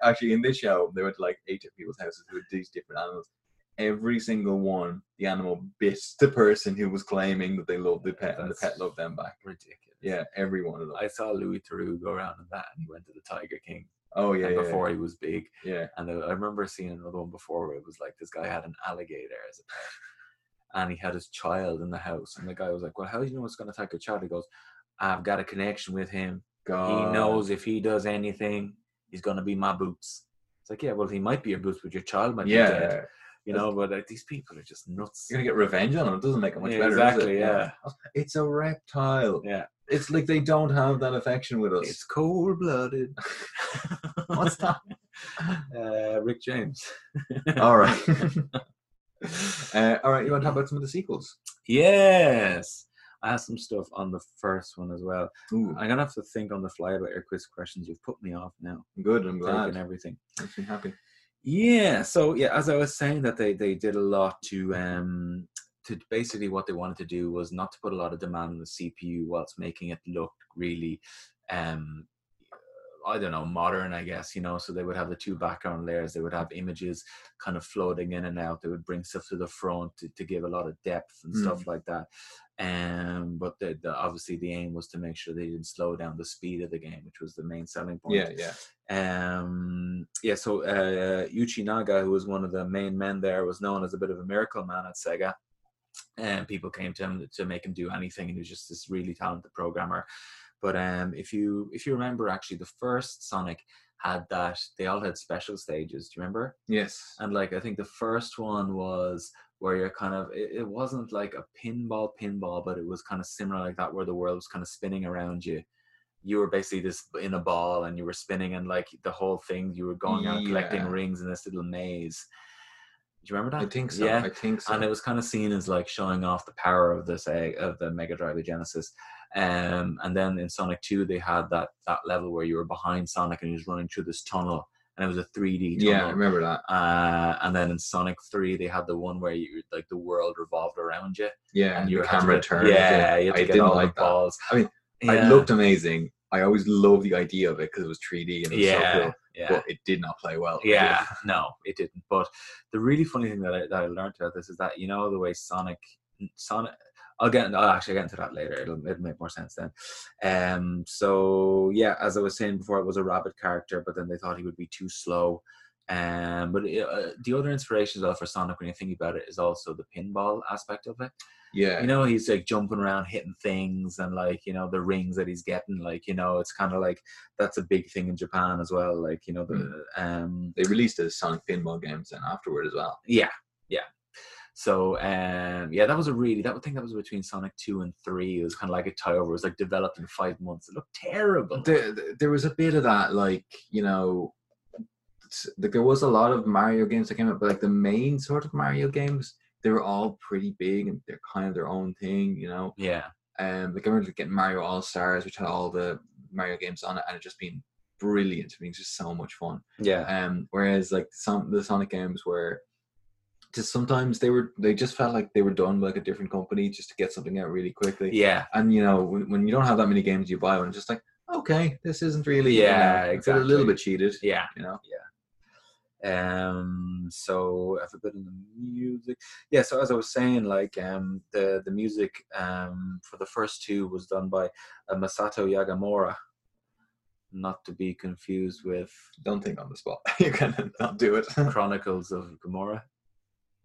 my
Actually, in this show, they went to like eight different people's houses with these different animals. Every single one, the animal bit the person who was claiming that they loved the pet, and the pet
That's-
loved them back.
ridiculous.
Yeah, every one of them.
I saw Louis Theroux go around in that, and he went to the Tiger King.
oh yeah,
and
yeah,
before he was big,
yeah.
And I I remember seeing another one before where it was like this guy had an alligator as a pet, and he had his child in the house. And the guy was like, "Well, how do you know it's going to attack your child?" He goes, "I've got a connection with him.
God.
he knows if he does anything, he's going to be my boots." It's like, yeah, well, he might be your boots, but your child might
Yeah,
be dead.
you're
You know, but like, these people are just nuts.
gonna get revenge on him. It doesn't make it much
Yeah,
better. does
exactly,
it?
yeah.
It's a reptile.
Yeah,
It's like they don't have that affection with us.
it's cold blooded.
What's that?
Uh, Rick James.
all right. uh, all right. You want to talk about some of the sequels?
Yes. I have some stuff on the first one as well.
Ooh,
I'm gonna have to think on the fly about your quiz questions. You've put me off now.
good. I'm glad.
Taking everything.
Makes me happy.
Yeah. So yeah, as I was saying, that they they did a lot to um to basically what they wanted to do was not to put a lot of demand on the CPU whilst making it look really um I don't know, modern, I guess, you know. So they would have the two background layers, they would have images kind of floating in and out, they would bring stuff to the front to, to give a lot of depth and stuff like that. Um, but the, the, obviously, the aim was to make sure they didn't slow down the speed of the game, which was the main selling point.
Yeah, yeah.
Um, yeah, so uh, Yuichi Naga, who was one of the main men there, was known as a bit of a miracle man at Sega. And people came to him to make him do anything, and he was just this really talented programmer. But um, if you if you remember, actually, the first Sonic had that they all had special stages. Do you remember?
Yes.
And like I think the first one was where you're kind of it, it wasn't like a pinball pinball, but it was kind of similar like that where the world was kind of spinning around you. You were basically just in a ball and you were spinning and like the whole thing you were going out collecting
Yeah.
rings in this little maze. Do you remember
I
that?
think so.
Ah, Yeah.
I think so.
and it was kind of seen as like showing off the power of this uh, of the Mega Drive the Genesis. Um, and then in Sonic Two, they had that that level where you were behind Sonic and he was running through this tunnel, and it was a 3D
yeah, I
tunnel.
remember that.
Uh, and then in Sonic Three, they had the one where you like the world revolved around you,
Yeah,
and
and
you
your
had to
camera
get-
turned.
Yeah, you had to
I
get
didn't
all
like
the
that.
balls.
I mean, It
Yeah.
looked amazing. I always loved the idea of it because it was 3D and it was so
yeah,
cool.
yeah.
But it did not play well.
Yeah, no, it didn't. But the really funny thing that I, that I learned about this is that you know the way Sonic, Sonic. I'll get. I'll actually get into that later. It'll, it'll make more sense then. Um. So yeah, as I was saying before, it was a rabbit character, but then they thought he would be too slow. Um. But it, uh, the other inspiration as well for Sonic, when you think about it, is also the pinball aspect of it.
Yeah.
You know, he's like jumping around, hitting things, and like you know the rings that he's getting. Like you know, it's kind of like that's a big thing in Japan as well. Like you know the
Mm.
um
they released a Sonic pinball games then afterward as well.
yeah, yeah. So um, yeah, that was a really that I think that was between Sonic two and three. It was kind of like a tie over. It was like developed in five months. It looked terrible.
There, there- there was a bit of that, like you know, s- like there was a lot of Mario games that came out, but like the main sort of Mario games, they were all pretty big and they're kind of their own thing, you know.
yeah,
Um, like I remember getting Mario All Stars, which had all the Mario games on it, and it just being brilliant. It being just so much fun.
yeah,
Um, whereas like some the Sonic games were just sometimes they were they just felt like they were done by like a different company just to get something out really quickly.
Uh, yeah,
And you know when, when you don't have that many games you buy one, it's just like okay, this isn't really you
Yeah,
know, I feel a little
exactly.
bit cheated.
yeah.
You know,
Um, so if a bit of the music, yeah. So as I was saying, like um, the the music um for the first two was done by uh, Masato Yagamura, not to be confused with
don't think on the spot. you can not do it.
Chronicles of Gamora.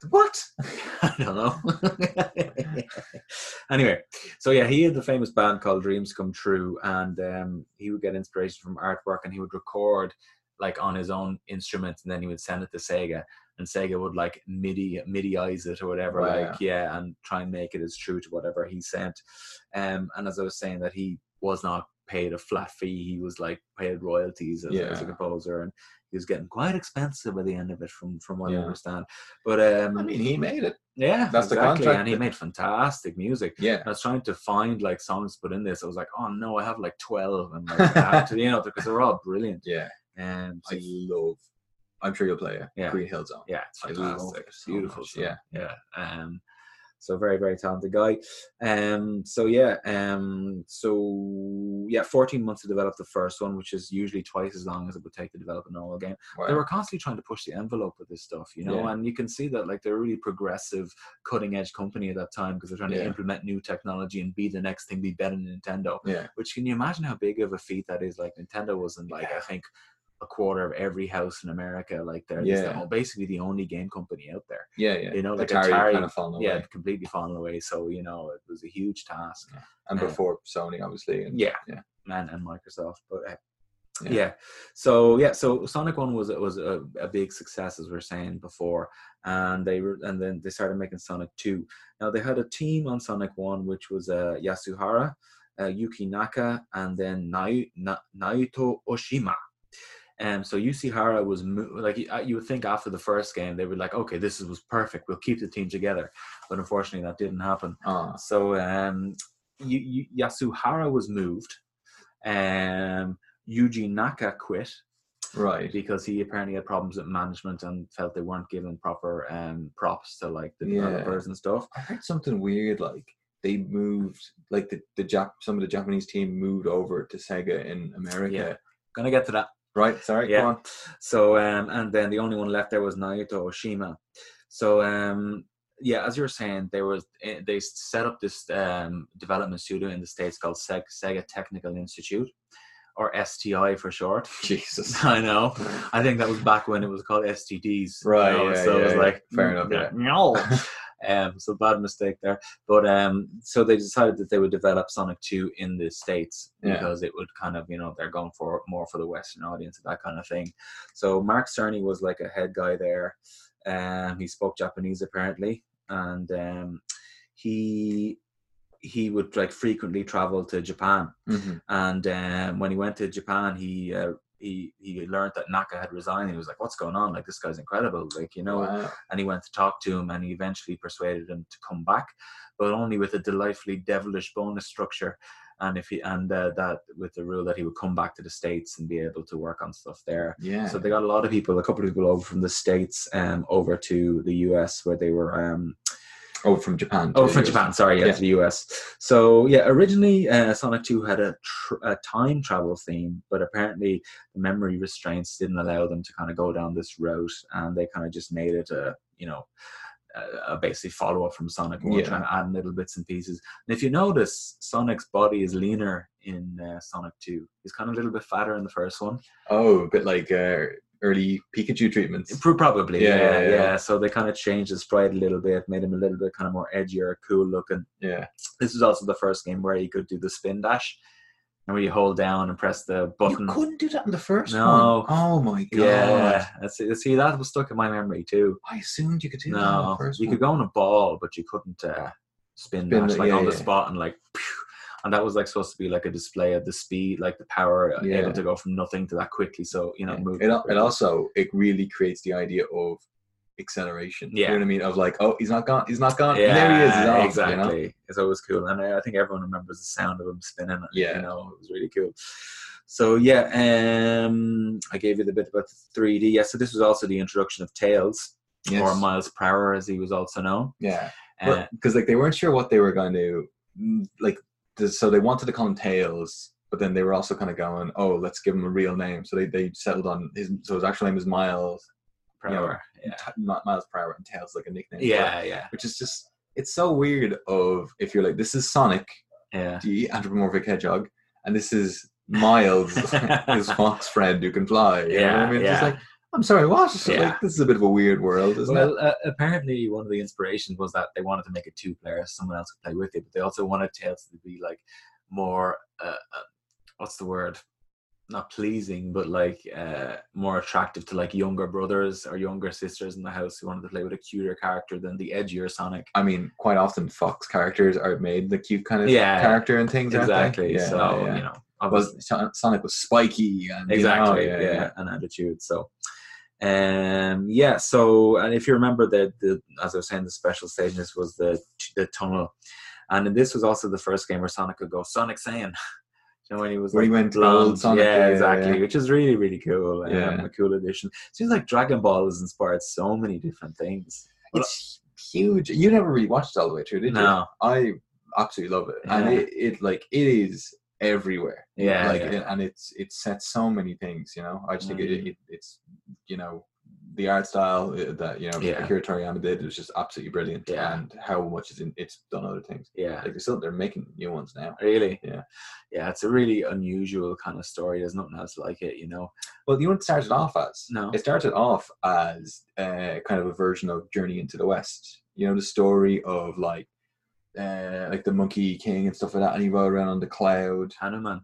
what?
I don't know. anyway, so yeah, he had the famous band called Dreams Come True, and um, he would get inspiration from artwork, and he would record like on his own instruments, and then he would send it to Sega, and Sega would like MIDI MIDIize it or whatever,
Wow.
like yeah, and try and make it as true to whatever he sent. Um, and as I was saying, that he was not paid a flat fee; he was like paid royalties as, as a
Yeah.
composer, and he was getting quite expensive by the end of it, from from what I
Yeah.
understand. But um,
I mean, he made it.
yeah,
That's the
exactly.
contract
And he
that-
made fantastic music.
Yeah.
I was trying to find like songs to put in this. I was like, oh no, I have like twelve, and like, I have to, you know, because they're all brilliant.
Yeah,
And so
I
you-
love. I'm sure you'll play it.
Yeah.
Green Hill Zone.
yeah, it's
I love
fantastic.
it
It's
so
beautiful.
much,
song.
yeah.
yeah. Um, so very very talented guy. Um, so yeah, um, so yeah, fourteen months to develop the first one, which is usually twice as long as it would take to develop a normal game they
Wow.
were constantly trying to push the envelope with this stuff, you know,
Yeah.
and you can see that like they're a really progressive, cutting edge company at that time because they're trying to
Yeah.
implement new technology and be the next thing, be better than Nintendo.
Yeah.
Which can you imagine how big of a feat that is? Like Nintendo was in like I
Yeah.
think a quarter of every house in America. Like they're
Yeah.
yeah. basically the only game company out there.
Yeah, yeah.
You know, like
Atari,
Atari-
kind of fallen away.
Yeah, completely fallen away. So you know it was a huge task.
and
Uh,
before Sony, obviously. And
Yeah,
yeah.
man, and Microsoft, but. Uh,
Yeah.
yeah. so yeah, so Sonic One was was a, a big success as we were saying before, and they were, and then they started making Sonic Two. Now they had a team on Sonic One, which was uh, Yasuhara, uh, Yuki Naka, and then Nai, Na, Naoto Oshima. Um, so UC Hara was mo- like you, you would think after the first game they were like, okay, this was perfect. We'll keep the team together, but unfortunately that didn't happen.
Oh,
So um, you, you, Yasuhara was moved. Um, Yuji Naka quit
right.
because he apparently had problems with management and felt they weren't given proper um, props to like the
Yeah.
developers and stuff.
I heard something weird. Like they moved, like the the Jap, some of the Japanese team moved over to Sega in America.
Yeah. Gonna get to that.
Right. Sorry.
Yeah.
Go on.
So um, and then the only one left there was Naoto Oshima. So um, yeah, as you were saying, there was eh, they set up this um, development studio in the states called Seg- Sega Technical Institute, or STI for short.
Jesus.
I know. I think that was back when it was called STDs. you
Right,
know,
yeah,
so it
yeah,
was
yeah.
like
Fair enough,
"Mm,
yeah."
No. um, so bad mistake there. But um, so they decided that they would develop Sonic Two in the states
Yeah.
because it would kind of you know they're going for more for the Western audience and that kind of thing. So Mark Cerny was like a head guy there. Um, he spoke Japanese apparently, and um, he he would like frequently travel to Japan
Mhm.
and um, when he went to Japan, he uh, he he learned that Naka had resigned. He was like, "What's going on? Like this guy's incredible!" Like you know.
Wow.
And he went to talk to him, and he eventually persuaded him to come back, but only with a delightfully devilish bonus structure, and if he and uh, that with the rule that he would come back to the states and be able to work on stuff there.
Yeah.
So they got a lot of people, a couple of people over from the states, um, over to the U.S. where they were um,
oh, from Japan.
Oh,
to
from
the US.
Japan. Sorry, yeah,
Yeah.
to the US. So yeah, originally uh, Sonic Two had a, tr- a time travel theme, but apparently the memory restraints didn't allow them to kind of go down this route, and they kind of just made it a you know a, a basically follow up from Sonic One,
Yeah.
trying to add little bits and pieces. And if you notice, Sonic's body is leaner in uh, Sonic Two. He's kind of a little bit fatter in the first one.
Oh, a bit like uh, early Pikachu treatments.
Pro- Probably,
Yeah,
yeah, yeah,
yeah, yeah.
So they kind of changed his sprite a little bit, made him a little bit kind of more edgier, cool looking.
Yeah.
this was also the first game where you could do the spin dash and where you hold down and press the button.
You couldn't do that in the first
No.
one. Oh my god.
yeah, that's it. see that was stuck in my memory too.
I assumed you could do that in the
No,
first
you
one.
could go on a ball, but you couldn't uh, spin,
Spin
dash
it,
like
yeah,
on the
yeah.
spot and like. Phew, and that was like supposed to be like a display of the speed, like the power, uh,
Yeah.
able to go from nothing to that quickly. So you know,
Yeah.
move.
it, al-
quickly.
it also it really creates the idea of acceleration you know
Yeah.
what i mean of like oh he's not gone he's not gone yeah, there he is he's off, you know?
exactly. It's always cool, and I, I think everyone remembers the sound of him spinning. it,
Yeah.
you know, it was really cool. So yeah, um, I gave you the bit about the 3D. Yeah, so this was also the introduction of Tails
Yes.
or Miles Prower, as he was also known.
yeah
Uh,
because like they weren't sure what they were going to like th- so they wanted to call him tails but then they were also kind of going oh let's give him a real name so they, they settled on his so his actual name is miles
Prower. Yeah,
T- Mi- miles Prower, and tails like a nickname for it,
yeah, yeah,
which is just it's so weird of if you're like this is sonic
yeah.
the anthropomorphic hedgehog, and this is Miles, his fox friend who can fly. You know what
Yeah,
I mean, It's just
yeah.
like I'm sorry, what? It's
Yeah.
Like, this is a bit of a weird world, isn't it?
Well, uh, apparently one of the inspirations was that they wanted to make it two players, someone else could play with it, but they also wanted Tails to be like more, uh, uh, what's the word? Not pleasing, but like uh, more attractive to like younger brothers or younger sisters in the house who wanted to play with a cuter character than the edgier Sonic.
I mean, quite often fox characters are made the cute kind of
Yeah,
character and things. aren't they?
Exactly.
Yeah,
so
yeah.
you know,
Well, Son- Sonic was spiky. And, you know,
exactly yeah, an attitude so um yeah so and if you remember the the as i was saying the special stage in this was the the tunnel and then this was also the first game where sonic could go sonic saiyan you know when he was
When he
like
went gold, Sonic.
yeah,
yeah,
exactly
yeah.
which is really really cool um,
Yeah.
a cool addition seems like dragon ball has inspired so many different things
It's huge. You never really watched it all the way through, did you?
no
I absolutely love it, and
Yeah.
it, it like it is everywhere.
Yeah,
like
yeah.
it- and it's it sets so many things. You know, I just think it,
Mhm.
it, it's you know the art style uh, that you know
Yeah.
Akira Toriyama did was just absolutely brilliant,
Yeah.
and how much it's in, it's done other things.
yeah
Like they're still they're making new ones now.
really
Yeah.
yeah it's a really unusual kind of story there's nothing else like it you know
Well, you know what it started off as?
No.
It started off as uh, kind of a version of Journey into the West. You know, the story of like uh, like the Monkey King and stuff like that, and he rode around on the cloud.
hanuman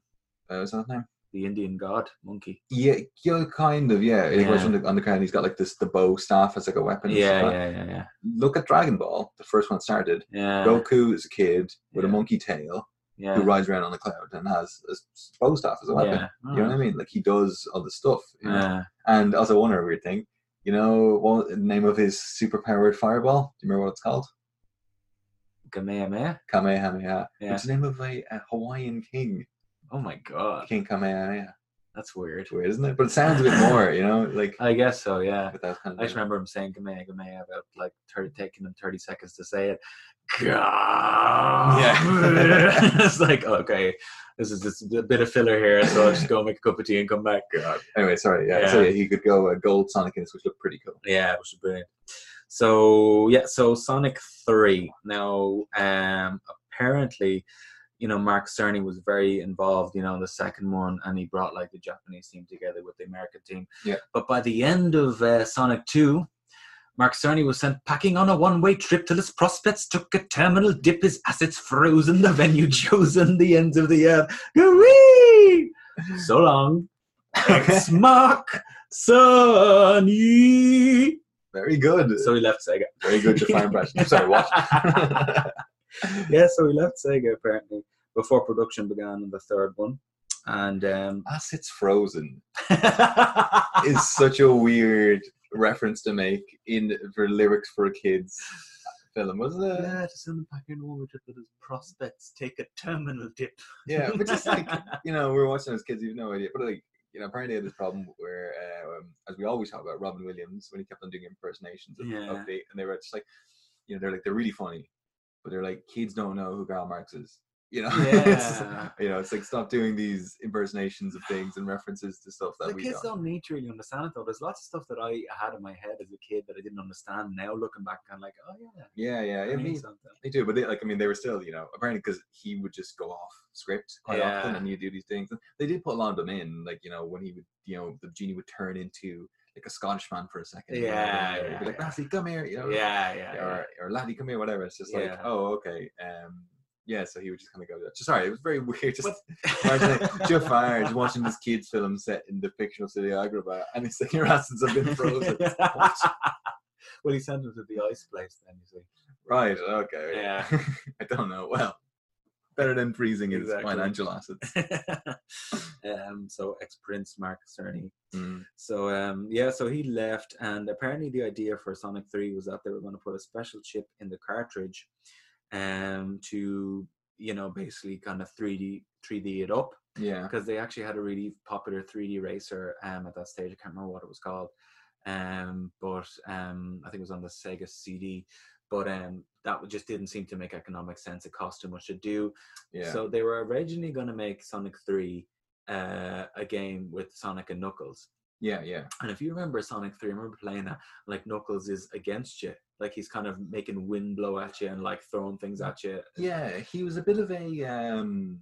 Uh, was that his name?
the indian god monkey
Yeah, yeah, kind of. Yeah, it goes
Yeah.
on the, on the ground. He's got like this the bow staff as like a weapon. and
yeah
stuff.
yeah yeah yeah
Look at Dragon Ball, the first one started.
yeah
Goku is a kid with a
Yeah.
monkey tail,
yeah,
who rides around on a cloud and has a bow staff as a weapon.
yeah. Uh-huh. Uh,
You know what I mean? Like he does all the stuff. you know?
Yeah.
And also one other weird thing, you know, what the name of his super powered fireball? Do you remember what it's called?
Kamehameha.
Kamehameha.
Yeah.
It's the name of a, a Hawaiian king.
Oh my god,
King Kamehameha.
that's weird.
It's weird, isn't it? But it sounds a bit more, you know, like
I guess so. Yeah.
with that kind
I
of
just remember him saying Kamehameha Kamehameha about like 30, taking him 30 seconds to say it. God.
Yeah.
it's like, okay, this is just a bit of filler here, so I'll just go make a cup of tea and come back.
God. Anyway, sorry. Yeah. So
Yeah.
yeah, he could go uh, gold Sonic in this, which looked pretty cool.
Yeah, it was brilliant. So yeah, so Sonic Three. Now, um, apparently, you know, Mark Cerny was very involved. You know, in the second one, and he brought like the Japanese team together with the American team.
Yeah.
But by the end of uh, Sonic Two. Mark Cerny was sent packing on a one-way trip till his prospects took a terminal dip, his assets frozen, the venue chosen, the ends of the earth. Whee! So long, X Mark Cerny.
Very good.
So he left Sega.
Very good Japan impression. Sorry, what?
yeah, so he left Sega apparently before production began on the third one. And um
Assets frozen is such a weird reference to make in for lyrics for a kids film, wasn't it?
yeah, to send him back in over to his prospects, take a terminal dip.
Yeah, but just like you know, we were watching as kids, you've no idea. But like, you know, apparently they had this problem where, uh, um, as we always talk about, Robin Williams when he kept on doing impersonations of,
Yeah.
of the, and they were just like, you know, they're like they're really funny, but they're like kids don't know who Karl Marx is. You know, It's-
Yeah.
you know, it's like stop doing these impersonations of things and references to stuff that
the
we
kids
don't.
don't need to really understand it though. There's lots of stuff that I had in my head as a kid that I didn't understand. Now looking back, I'm like, oh yeah,
Yeah, yeah,
that
it
means
means
something.
they do, but they like I mean they were still you know apparently because he would just go off script quite often
Yeah.
and you do these things. And They did put a lot of them in, like you know when he would you know the genie would turn into like a Scottish man for a second. you know,
Yeah,
or he'd
yeah,
be like
yeah.
Lassie, come here, you know,
Yeah, yeah, yeah.
or, or Laddie, come here, whatever. It's just like
Yeah.
oh okay, um yeah. So he would just kind of go that. Sorry, it was very weird. Just
What-
watching like, Jeff Fire just watching this kids film set in the fictional city of Agrabah, and it's like your assets have been frozen. What?
well, he sent him to the ice place then, you see.
Right. Okay. I don't know. Well, better than freezing his
Exactly.
financial assets.
um, so ex Prince Mark Cerny.
Mm,
So um, yeah, so he left, and apparently the idea for Sonic Three was that they were going to put a special chip in the cartridge, um, to you know basically kind of three D three D it up
Yeah.
because they actually had a really popular three D racer um at that stage. I can't remember what it was called, um, but um, I think it was on the Sega CD. But um, that just didn't seem to make economic sense. It cost too much to do.
Yeah.
So they were originally going to make Sonic 3 uh, a game with Sonic and Knuckles.
yeah. Yeah.
And if you remember Sonic 3, I remember playing that, like Knuckles is against you. Like he's kind of making wind blow at you and like throwing things at you.
Yeah. He was a bit of a um,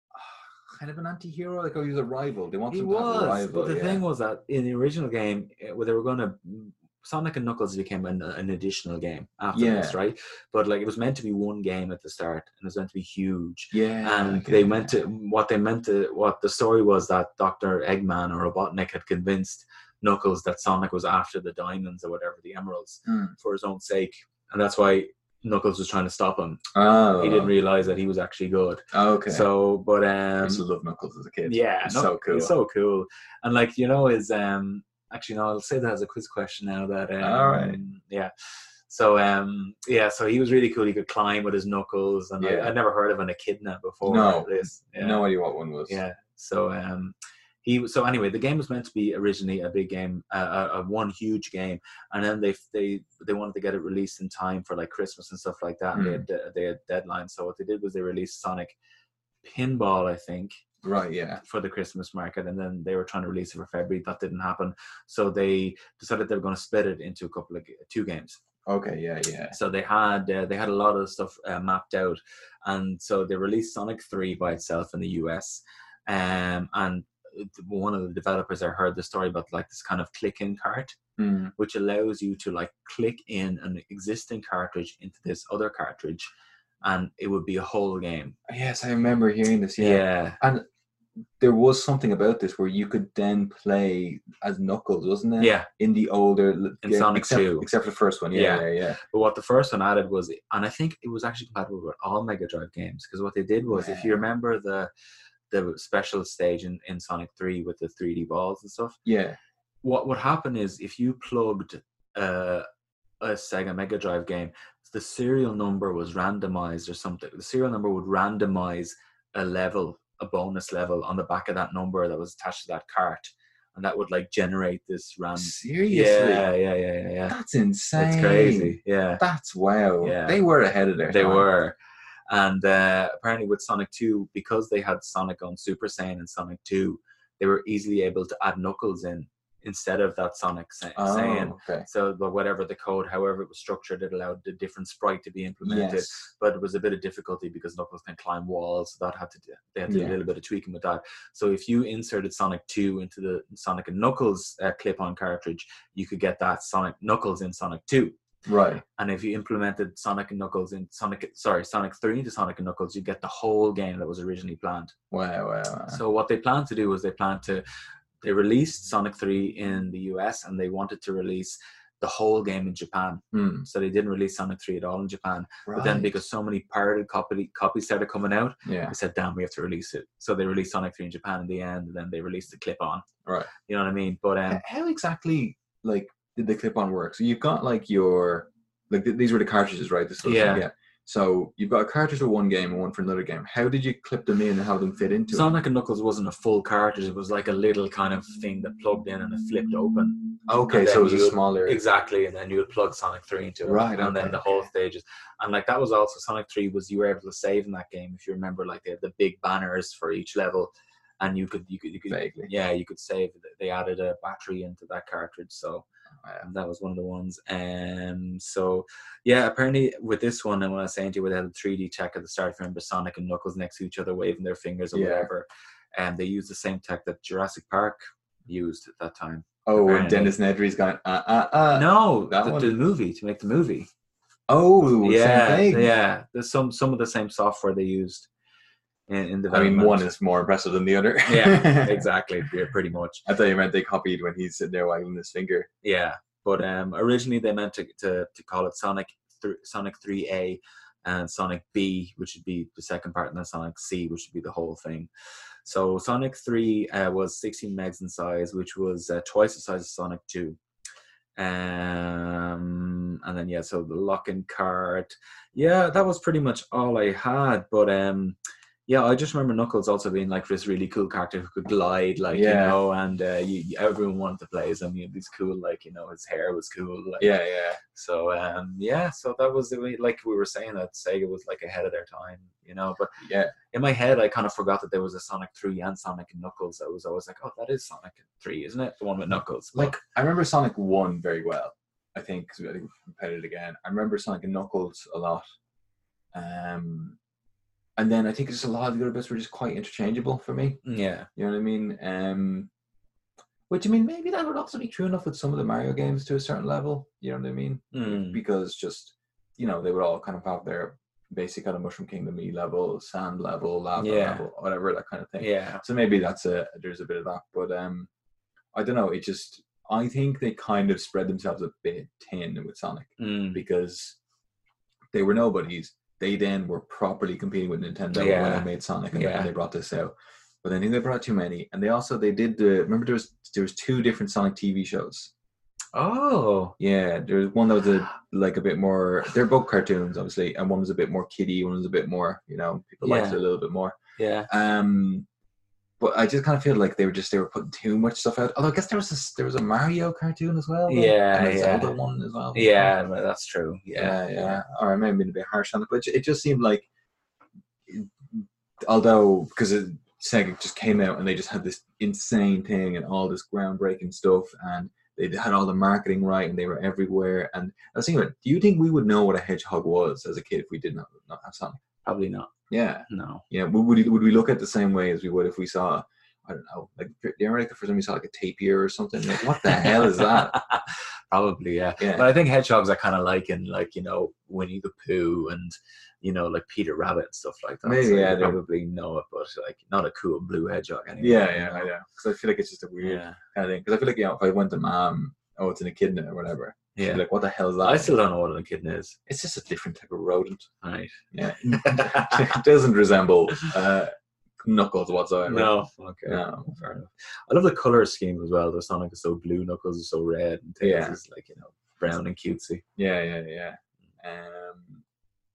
kind of an anti-hero. Like, oh, he was a rival. They want
He
him to have a
was.
rival.
But the
yeah.
thing was that in the original game, eh, where they were going to. Sonic and Knuckles became an, an additional game after this,
Yeah.
right? But like it was meant to be one game at the start and it was meant to be huge.
yeah.
and
okay,
they
yeah.
meant to what they meant to what the story was that Doctor Eggman or Robotnik had convinced Knuckles that Sonic was after the diamonds or whatever the emeralds
Mm.
for his own sake, and that's why Knuckles was trying to stop him.
Oh.
He didn't realize that he was actually good.
Okay.
So, but
I
um,
used to love Knuckles as a kid.
yeah,
He's
Knuck-
so cool.
he's so cool, and like you know, is um actually no, I'll say that as a quiz question now. That um,
All right.
yeah. So um yeah, so he was really cool. He could climb with his knuckles, and
Yeah.
I, I'd never heard of an echidna before.
No.
this. Yeah.
No idea what one was.
Yeah. So um, he so anyway, the game was meant to be originally a big game, a, a, a one huge game, and then they they they wanted to get it released in time for like Christmas and stuff like that. And they had de- they had deadlines. So what they did was they released Sonic Pinball, I think,
Right. Yeah.
for the Christmas market, and then they were trying to release it for February. That didn't happen. So they decided they were going to split it into a couple of g- two games.
Okay. Yeah. Yeah.
So they had uh, they had a lot of stuff uh, mapped out, and so they released Sonic Three by itself in the U.S. Um, and th- one of the developers I heard the story about like this kind of click in cart,
Mm.
which allows you to like click in an existing cartridge into this other cartridge, and it would be a whole game.
Yes, I remember hearing this. Yeah.
Yeah,
there was something about this where you could then play as Knuckles, wasn't it?
Yeah.
In the older l-
In
game,
Sonic
except,
2.
except for the first one. Yeah, yeah, yeah.
But what the first one added was, and I think it was actually compatible with all Mega Drive games because what they did was, if you remember the the special stage in, in Sonic Three with the 3D balls and stuff,
Yeah.
what would happen is if you plugged uh, a Sega Mega Drive game, the serial number was randomized or something. The serial number would randomize a level, a bonus level on the back of that number that was attached to that cart, and that would like generate this random.
Seriously.
Um, Yeah, yeah, yeah, yeah, yeah.
That's insane.
It's crazy. Yeah.
That's wow.
Yeah.
They were ahead of their
They
time.
were. And uh, apparently, with Sonic 2, because they had Sonic on Super Saiyan and Sonic 2, they were easily able to add Knuckles in instead of that Sonic Sa-
Oh,
Saiyan.
okay.
So, but whatever the code, however it was structured, it allowed the different sprite to be implemented.
Yes.
But it was a bit of difficulty because Knuckles can climb walls, so that had to do, they had to do
Yeah.
a little bit of tweaking with that. So, if you inserted Sonic 2 into the Sonic and Knuckles uh, clip-on cartridge, you could get that Sonic Knuckles in Sonic 2
Right.
and if you implemented Sonic and Knuckles in Sonic, sorry, Sonic Three into Sonic and Knuckles, you get the whole game that was originally planned.
Wow, wow, wow.
So what they planned to do was they planned to, they released Sonic Three in the U.S. and they wanted to release the whole game in Japan.
Hmm.
So they didn't release Sonic Three at all in Japan. But then
Right.
because so many pirated copy, copies started coming out,
yeah.
they said, "Damn, we have to release it." So they released Sonic Three in Japan in the end, and then they released the clip on.
Right.
You know what I mean? But um,
H- How exactly like did the clip on work? So you've got like your like th- these were the cartridges, right? This was-
Yeah.
So you've got a cartridge for one game and one for another game. How did you clip them in and how them fit into it?
Sonic and Knuckles wasn't a full cartridge; it was like a little kind of thing that plugged in and it flipped open.
Okay,
and
so it
then
was a
you-
smaller.
Exactly, and then you would plug Sonic Three into it,
Right,
And then
okay.
the whole stages, and like that was also Sonic Three was you were able to save in that game if you remember, like they had the big banners for each level, and you could you could you could
Vaguely.
yeah you could save. They added a battery into that cartridge, so
Wow.
that was one of the ones. Um, so yeah, apparently with this one, and when I was saying to you, where they had a 3D tech at the start, if you remember Sonic and Knuckles next to each other, waving their fingers or
Yeah.
whatever, and they used the same tech that Jurassic Park used at that time.
Oh, and
Apparently.
Dennis Nedry's going, uh, uh, uh.
no,
that
the, the
one.
movie to make the movie.
Oh,
yeah,
same thing.
yeah. There's some some of the same software they used in, in
I
development.
mean, one is more impressive than the other.
yeah, exactly. Yeah, pretty much.
I thought you meant they copied when he's sitting there waggling his finger.
Yeah, but um, originally they meant to, to, to call it Sonic th- Sonic Three A and Sonic B, which would be the second part, and then Sonic C, which would be the whole thing. So Sonic Three uh, was 16 megs in size, which was uh, twice the size of Sonic Two. Um, and then yeah, so the lock-in card. Yeah, that was pretty much all I had. But um, yeah, I just remember Knuckles also being like this really cool character who could glide, like
Yeah.
you know, and uh, you, you- everyone wanted to play as him. He had these cool, like you know, his hair was cool. Like,
Yeah, yeah.
So um, yeah, so that was the way, like we were saying that Sega was like ahead of their time, you know. But
Yeah.
in my head, I kind of forgot that there was a Sonic Three and Sonic and Knuckles. I was always like, oh, that is Sonic Three, isn't it? The one with Knuckles. But-
like I remember Sonic One very well. I think 'cause I think we played it again. I remember Sonic and Knuckles a lot, um, and then I think just a lot of the other bits were just quite interchangeable for me.
mm, yeah,
You know what I mean? Um, which I mean, maybe that would also be true enough with some of the Mario games to a certain level. You know what I mean?
Mm.
Because just you know they would all kind of have their basic kind of Mushroom Kingdom E level, sand level, lava
Yeah.
level, whatever that kind of thing.
yeah,
So maybe that's a there's a bit of that, but um, I don't know. It just I think they kind of spread themselves a bit thin with Sonic
Mm.
because they were nobodies. They then were properly competing with Nintendo when
Yeah.
they made Sonic, and, they-
Yeah.
and they brought this out. But I think they brought too many, and they also they did the remember there was there was two different Sonic TV shows.
Oh,
Yeah, there was one that was a, like a bit more. They're both cartoons, obviously, and one was a bit more kiddie, one was a bit more you know people liked
Yeah.
it a little bit more.
yeah.
Um, but I just kind of feel like they were just they were putting too much stuff out. Although I guess there was this, there was a Mario cartoon as well. though,
Yeah,
and a
yeah.
Zelda one as well.
Yeah, no, that's true. Yeah,
yeah, yeah. Or I may have been a bit harsh on it, but it just seemed like, although because Sega just came out and they just had this insane thing and all this groundbreaking stuff and. They had all the marketing right, and they were everywhere. And I was thinking, about, do you think we would know what a hedgehog was as a kid if we did not not have Sonic?
probably not.
Yeah,
No.
yeah, would, would, we- would we look at it the same way as we would if we saw, I don't know, like, do you remember like the first time we saw like a tapir or something? Like, what the hell is that?
probably yeah.
Yeah.
But I think hedgehogs are kind of like in like you know Winnie the Pooh and you know, like Peter Rabbit and stuff like that.
Maybe,
so
yeah,
you
they-
probably know it, but like not a cool blue hedgehog anymore.
Yeah, yeah, I know. Because I feel like it's just a weird
yeah,
kind of thing. Because I feel like you know, if I went to mom, oh, it's an echidna or whatever. she'd be
yeah.
Like what the hell is that?
I still don't know what an echidna is.
it's just a different type of rodent.
Right?
Yeah. it doesn't resemble uh, knuckles whatsoever.
no. Okay.
No.
Fair enough. I love the color scheme as well. The Sonic is so blue, Knuckles is so red, and Tails
Yeah.
is like you know brown and cutesy.
Yeah, yeah, yeah. Um,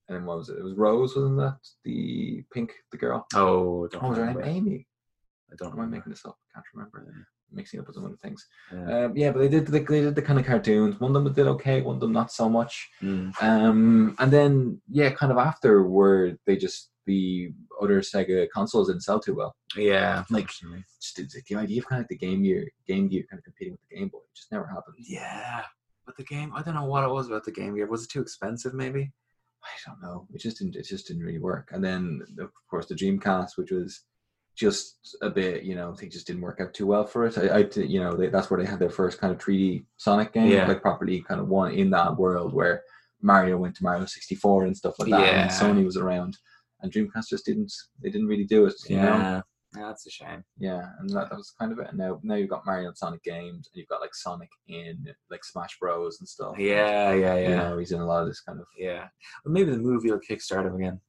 and then what was it? It was Rose, wasn't that the pink, the girl?
Oh, I don't
Oh, was her name
remember.
Amy?
I don't
Am I
remember.
making this up? I can't remember. Mixing it up with some other things.
Yeah.
Um, yeah, but they did. They, they did the kind of cartoons. One of them did okay. One of them not so much.
Mm.
Um, and then yeah, kind of after where they just the other Sega consoles didn't sell too well.
yeah.
Like, Just it's like the idea of kind of the Game Gear, Game Gear kind of competing with the Game Boy just never happened.
Yeah. But the game, I don't know what it was about the game Gear. Was it too expensive, maybe?
I don't know. It just didn't. It just didn't really work. And then of course the Dreamcast, which was just a bit, you know, they just didn't work out too well for it. I, I t- you know, they, that's where they had their first kind of 3D Sonic game,
Yeah.
like properly kind of one in that world where Mario went to Mario 64 and stuff like that,
Yeah.
and Sony was around, and Dreamcast just didn't. They didn't really do it. You know?
Yeah, that's a shame.
Yeah, and that, that was kind of it. And now, now you've got Mario and Sonic games, and you've got like Sonic in like Smash Bros and stuff. and,
Yeah, yeah,
you
yeah.
know, he's in a lot of this kind of
Yeah. But maybe the movie will kickstart him again.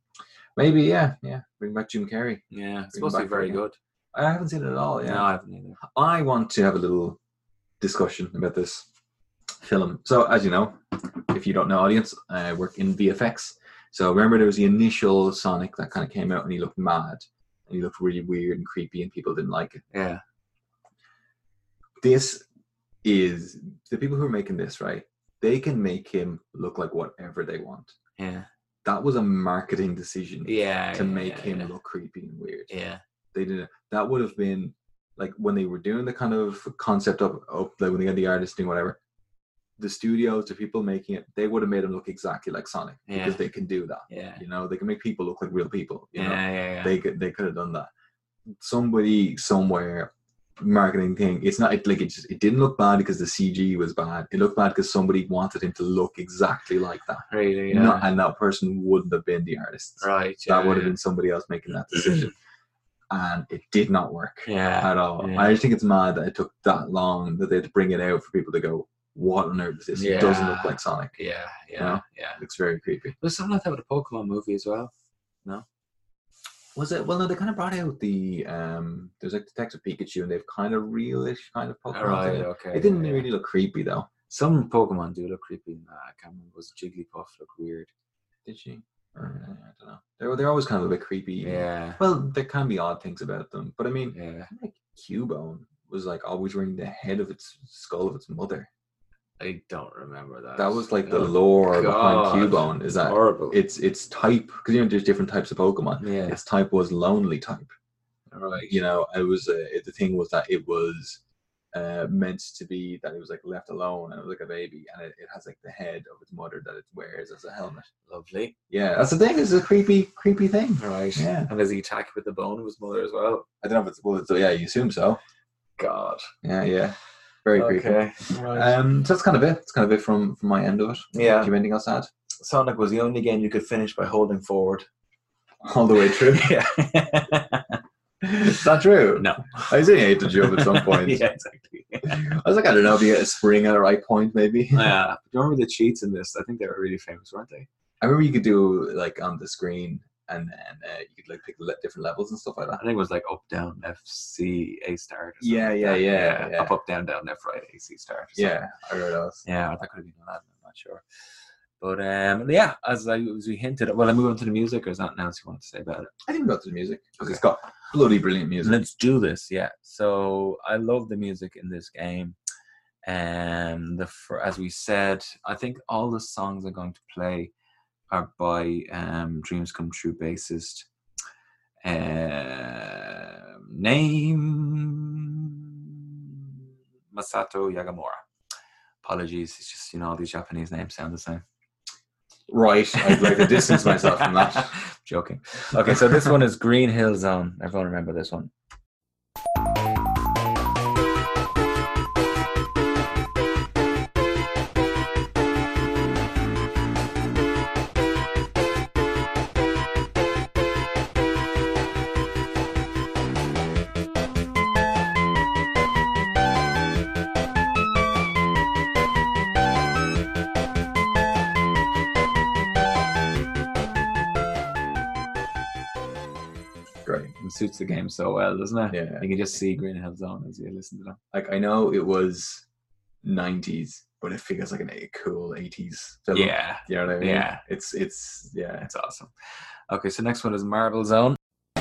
maybe, yeah, yeah. Bring back Jim Carrey.
Yeah. It's
Bring
supposed to be
back the
very
game.
good.
I haven't seen it at all. Yeah,
No, I haven't either.
I want to have a little discussion about this film. So, as you know, if you don't know, audience, I work in VFX. So remember, there was the initial Sonic that kind of came out, and he looked mad, and he looked really weird and creepy, and people didn't like it.
Yeah.
This is the people who are making this right. They can make him look like whatever they want.
Yeah.
That was a marketing decision
Yeah.
to make
yeah,
him
yeah.
look creepy and weird.
Yeah.
they didn't that would have been like when they were doing the kind of concept of oh like when they had the artist doing whatever the studios the people making it they would have made them look exactly like sonic
Yeah.
because they can do that
Yeah.
you know they can make people look like real people you
Yeah.
know
Yeah. Yeah.
they could they could have done that somebody somewhere marketing thing it's not it, like it just it didn't look bad because the cg was bad it looked bad because somebody wanted him to look exactly like that
Really, yeah.
Not- and that person wouldn't have been the artist
right. yeah,
that would have
yeah.
been somebody else making that decision and it did not work
Yeah.
at all
yeah.
i just think it's mad that it took that long that they had to bring it out for people to go what on earth is this it doesn't look
Yeah.
like sonic
Yeah. Yeah.
know?
Yeah.
it looks very creepy
There's something like that with a Pokemon movie as well.
was it well no they kind of brought out the um there's like detective pikachu and they've kind of realish kind of pokemon
All right.
in it.
Okay.
it didn't
yeah, yeah.
really look creepy though
Some Pokemon do look creepy. Nah, I can't remember. Was Jigglypuff look weird?
did she or, uh, i don't know they're, they're always kind of a bit creepy
Yeah.
well there can be odd things about them but i mean
Yeah.
like cubone was like always wearing the head of its skull of its mother
I don't remember that.
That was like the
Oh, God.
lore behind Cubone is that
horrible.
it's its type because you know there's different types of Pokemon.
yeah.
Its type was lonely type.
Right.
You know, it was uh, it, the thing was that it was uh, meant to be that it was like left alone and it was like a baby and it, it has like the head of its mother that it wears as a helmet.
Lovely.
Yeah, that's the thing. It's a creepy, creepy thing.
Right.
Yeah.
And does he attack with the bone of his mother as well?
I don't know if it's well. It's, yeah, you assume so.
God.
Yeah, yeah, very creepy.
Okay. Right.
Um, so that's kind of it. That's kind of it from from my end of it.
Yeah.
Do you have anything else to add?
Sonic was the only game you could finish by holding forward.
All the way through.
yeah.
It's not true.
no.
I was saying I hate the joke at some point.
yeah, exactly.
I was like, I don't know if you get a spring at the right point, maybe.
Yeah. Do you remember the cheats in this? I think they were really famous, weren't they?
I remember you could do like on the screen, and then uh, you could like pick le- different levels and stuff like
I
that.
think it was like up, down, F, C, A start. or something
Yeah,
like
yeah,
that.
yeah, yeah.
Up, up, down, down, left, right, A, C start. or something.
Yeah, I remember those.
Yeah, that could have been an ad, I'm not sure. But um, yeah, as I as we hinted, well, I move on to the music, or is that anything else you want to say about it?
I think we got to the music because
Okay.
it's got bloody brilliant music.
Let's do this. Yeah. So I love the music in this game. Um, the fir- as we said, I think all the songs I'm going to play are by um, Dreams Come True bassist. Um name Masato Yagamura. Apologies, it's just you know all these Japanese names sound the same.
Right, I'd like to distance myself from that.
Joking. Okay, so this one is Green Hill Zone. Everyone remember this one. suits the game so well, doesn't it?
Yeah.
You can just see Green Hill Zone as you listen to them.
Like I know it was nineties, but it feels like an a cool eighties film.
Yeah,
You know what I mean?
Yeah.
It's it's yeah.
that's awesome. Okay, so next one is Marble Zone.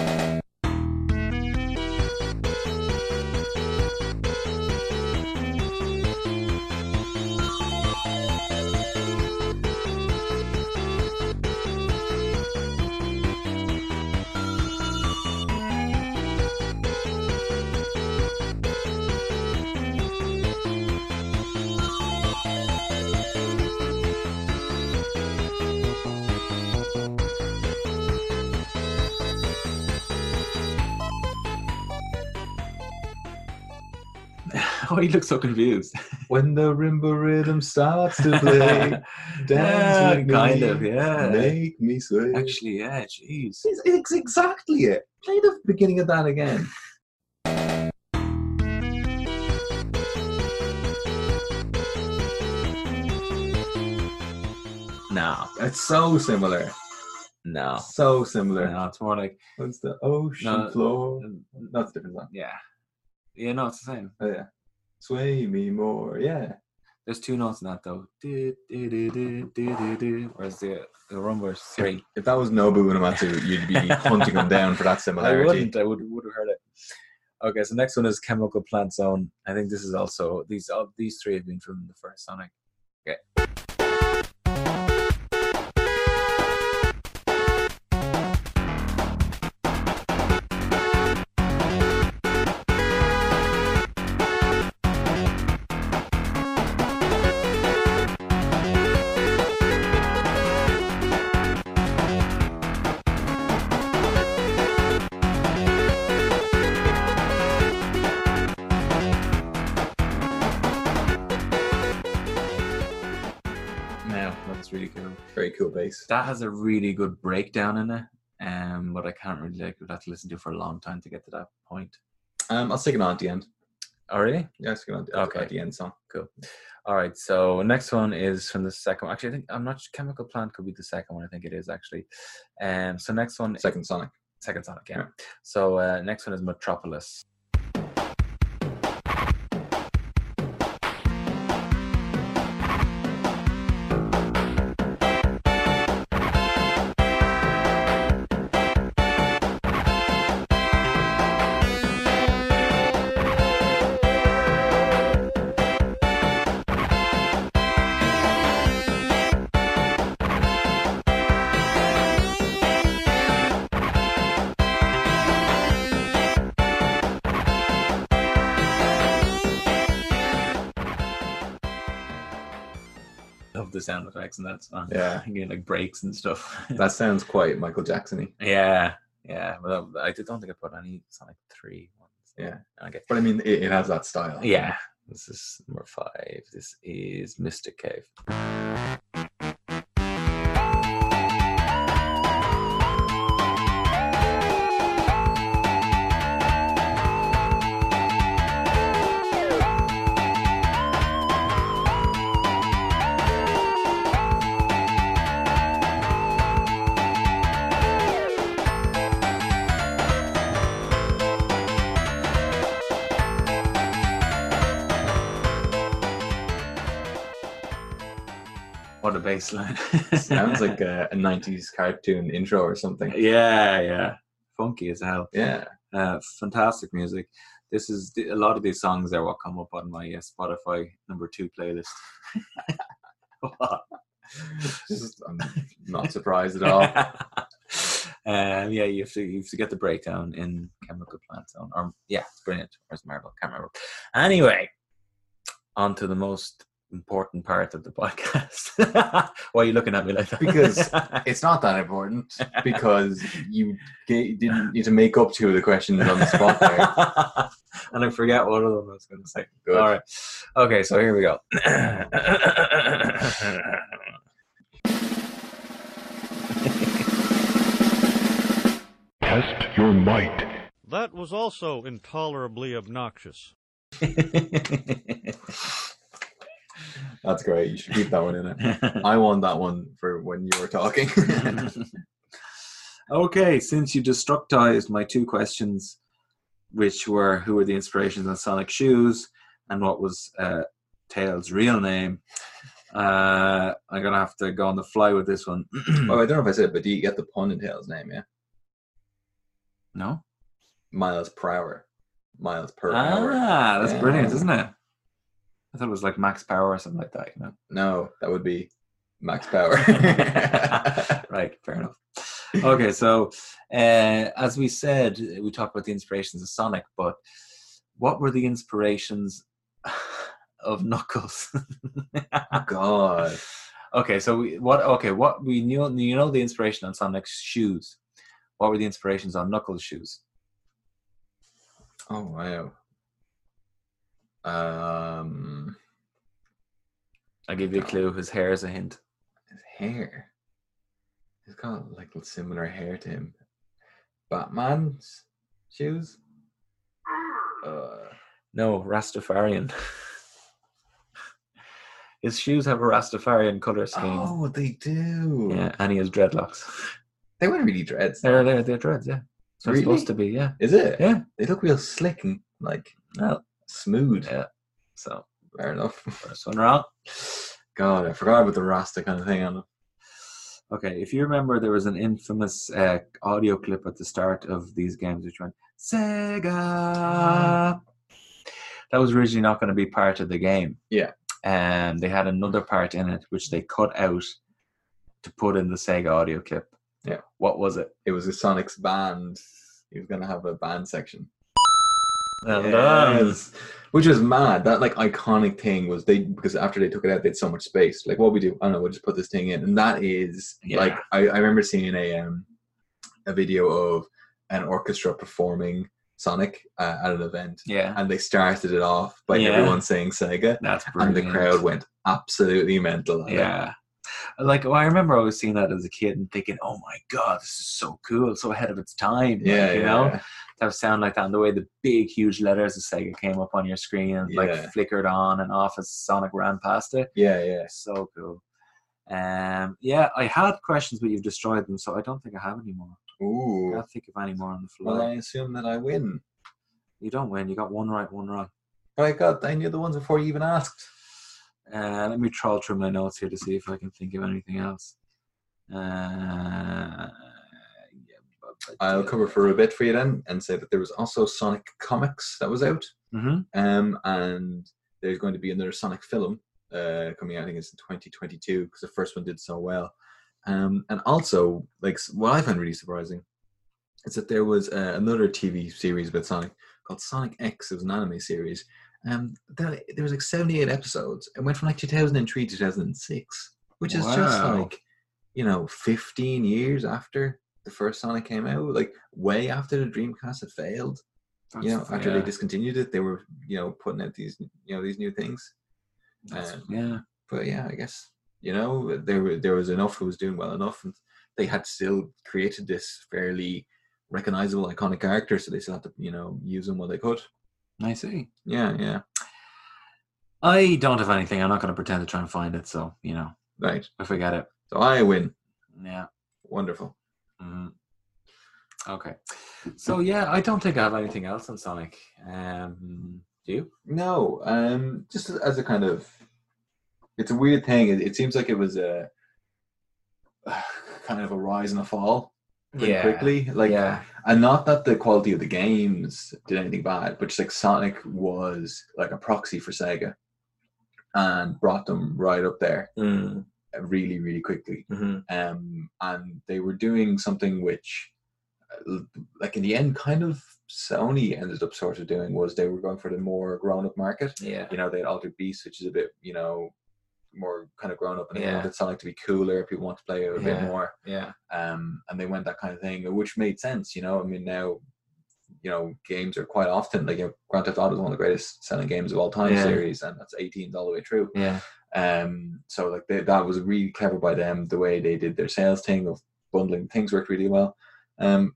oh, you look so confused.
When the rimba rhythm starts to play,
yeah,
with
kind
me,
of, yeah.
Make me sway.
Actually, yeah, jeez.
it's, it's exactly it. Play the beginning of that again.
No,
It's so similar.
no.
So similar.
No, it's more like,
What's the ocean
Ah. No. uh,
floor? That's a different song.
yeah. Yeah, no, it's the same.
Oh, yeah. Sway me more. Yeah.
There's two notes in that though. Do, do, do, do, do, do, do. Whereas the, the rumba is three.
If that was Nobu Uematsu, you'd be hunting him down for that
I
similarity.
wouldn't. I would would have heard it. Okay, so next one is Chemical Plant Zone. I think this is also these uh, these three have been from the first Sonic. Okay. Now that's really cool.
Very cool bass.
That has a really good breakdown in it. Um, but I can't really like would have to listen to it for a long time to get to that point.
Um, I'll stick it on at the end.
Oh really?
Yeah, I'll stick it on at
Okay.
at the end song.
All right. So next one is from the second. Actually, I think I'm not. Chemical Plant could be the second one. I think it is actually. Um. So next one
Second Sonic.
Second Sonic, yeah.
Yeah.
So uh, next one is Metropolis. Love the sound effects and that song.
Yeah.
You get like breaks and stuff.
That sounds quite Michael Jackson y.
yeah, yeah. Well, I don't think I put any Sonic three ones.
Yeah.
Okay.
But I mean, it, it has that style.
Yeah. This is number five. This is Mystic Cave. What a bass line.
Sounds like a, a 90s cartoon intro or something.
Yeah, yeah. Funky as hell.
Yeah.
Uh, fantastic music. This is a lot of these songs are what come up on my uh, Spotify number two playlist.
Just, I'm not surprised at all.
um, yeah, you have to you have to get the breakdown in chemical plant zone. Or yeah, it's brilliant. Where's Marvel? Can't remember. Anyway, on to the most important part of the podcast. Why are you looking at me like that?
Because- It's not that important because you ga- didn't need to make up two of the questions on the spot there.
and I forget one of them I was going to say.
Good.
All right. Okay, so here we go.
Test your might.
That was also intolerably obnoxious.
That's great. You should keep that one in it. I won that one for when you were talking.
Okay, since you destructized my two questions, which were who were the inspirations on Sonic Shoes and what was uh, Tails' real name, uh, I'm going to have to go on the fly with this one.
Oh, I don't know if I said, it, but do you get the pun in Tails' name? Yeah,
no?
miles per hour, miles per hour.
Ah, that's brilliant,
Yeah.
isn't it? I thought it was like max power or something like that, you know?
No, that would be max power.
right, fair enough. Okay, so uh, as we said, we talked about the inspirations of Sonic, but what were the inspirations of Knuckles?
God,
okay, so we, what? Okay, what we knew, you know, the inspiration on Sonic's shoes. What were the inspirations on Knuckles' shoes?
oh wow. Um,
I'll give you a clue. His hair is a hint.
his hair. He's got like similar hair to him. Batman's shoes. Uh,
No, Rastafarian. His shoes have a Rastafarian color scheme.
oh, they do.
Yeah, and he has dreadlocks.
They weren't really dreads.
They're, they're, they're dreads, yeah. So it's
Really?
supposed to be, yeah.
Is it?
Yeah.
They look real slick and like
Well,
smooth.
Yeah. so
Fair enough.
first one wrong.
God, I forgot about the Rasta kind of thing on them.
Okay, if you remember, there was an infamous uh, audio clip at the start of these games, which went Sega. That was originally not going to be part of the game.
Yeah.
and they had another part in it which they cut out to put in the Sega audio clip.
Yeah.
What was it?
It was a Sonic's band. He was gonna have a band section.
Well done.
Yes. um, Which was mad. That like iconic thing was they because after they took it out, they had so much space. Like what we do, I don't know. We'll just put this thing in, and that is
Yeah.
like I, I remember seeing a um a video of an orchestra performing Sonic uh, at an event,
Yeah.
and they started it off by
Yeah.
everyone saying Sega,
That's
and
brilliant.
the crowd went absolutely mental. at it.
Yeah. Like, well, I remember always seeing that as a kid and thinking, oh my God, this is so cool, so ahead of its time. like,
yeah,
you
yeah,
know,
yeah.
to have sound like that. And the way the big, huge letters of Sega came up on your screen and
Yeah.
like flickered on and off as Sonic ran past it.
yeah, yeah.
So cool. Um, yeah, I had questions, but you've destroyed them, so I don't think I have any more. I
Ooh.
can't think of any more on the fly.
Well, I assume that I win.
you don't win. You got one right, one wrong.
But I got I knew the ones before you even asked.
Uh, let me trawl through my notes here to see if I can think of anything else. Uh, yeah, but-
I'll cover for a bit for you then and say that there was also Sonic Comics that was out.
Mhm.
Um, and there's going to be another Sonic film uh, coming out. I think it's in 2022 because the first one did so well. Um, and also, like s- what I found really surprising is that there was uh, another TV series about Sonic called Sonic X. It was an anime series. Um, that, there was like 78 episodes. It went from like 2003 to 2006, which is just
Wow.
like you know 15 years after the first Sonic came out, like way after the Dreamcast had failed you know,
That's-
after
yeah,
they discontinued it, they were you know putting out these you know these new things.
that's-
um,
yeah,
But yeah, I guess you know there were there was enough who was doing well enough, and they had still created this fairly recognizable iconic character, so they still had to you know use them while they could.
I see.
Yeah, yeah,
I don't have anything. I'm not going to pretend to try and find it. So you know,
right.
I forget it.
So I win.
Yeah.
Wonderful.
Mhm. Okay. So yeah, I don't think I have anything else on Sonic. Um, do you?
No, um, just as- as a kind of, it's a weird thing. It, it seems like it was a kind of a rise and a fall. pretty Quickly, like
yeah.
and not that the quality of the games did anything bad, but just like Sonic was like a proxy for Sega and brought them right up there
Mm,
uh, really, really quickly.
mhm.
Um, and they were doing something which, uh, like in the end, kind of Sony ended up sort of doing was they were going for the more grown up market.
Yeah.
You know, they had Altered Beast, which is a bit, you know, more kind of grown up and they
Yeah.
wanted Sonic to be cooler. People want to play it a bit
Yeah.
more
Yeah.
um, and they went that kind of thing, which made sense. You know, I mean, now you know games are quite often like you know, Grand Theft Auto is one of the greatest selling games of all time
Yeah.
series, and that's 18s all the way through.
Yeah.
Um, so like they, that was really clever by them. The way they did their sales thing of bundling things worked really well. Um,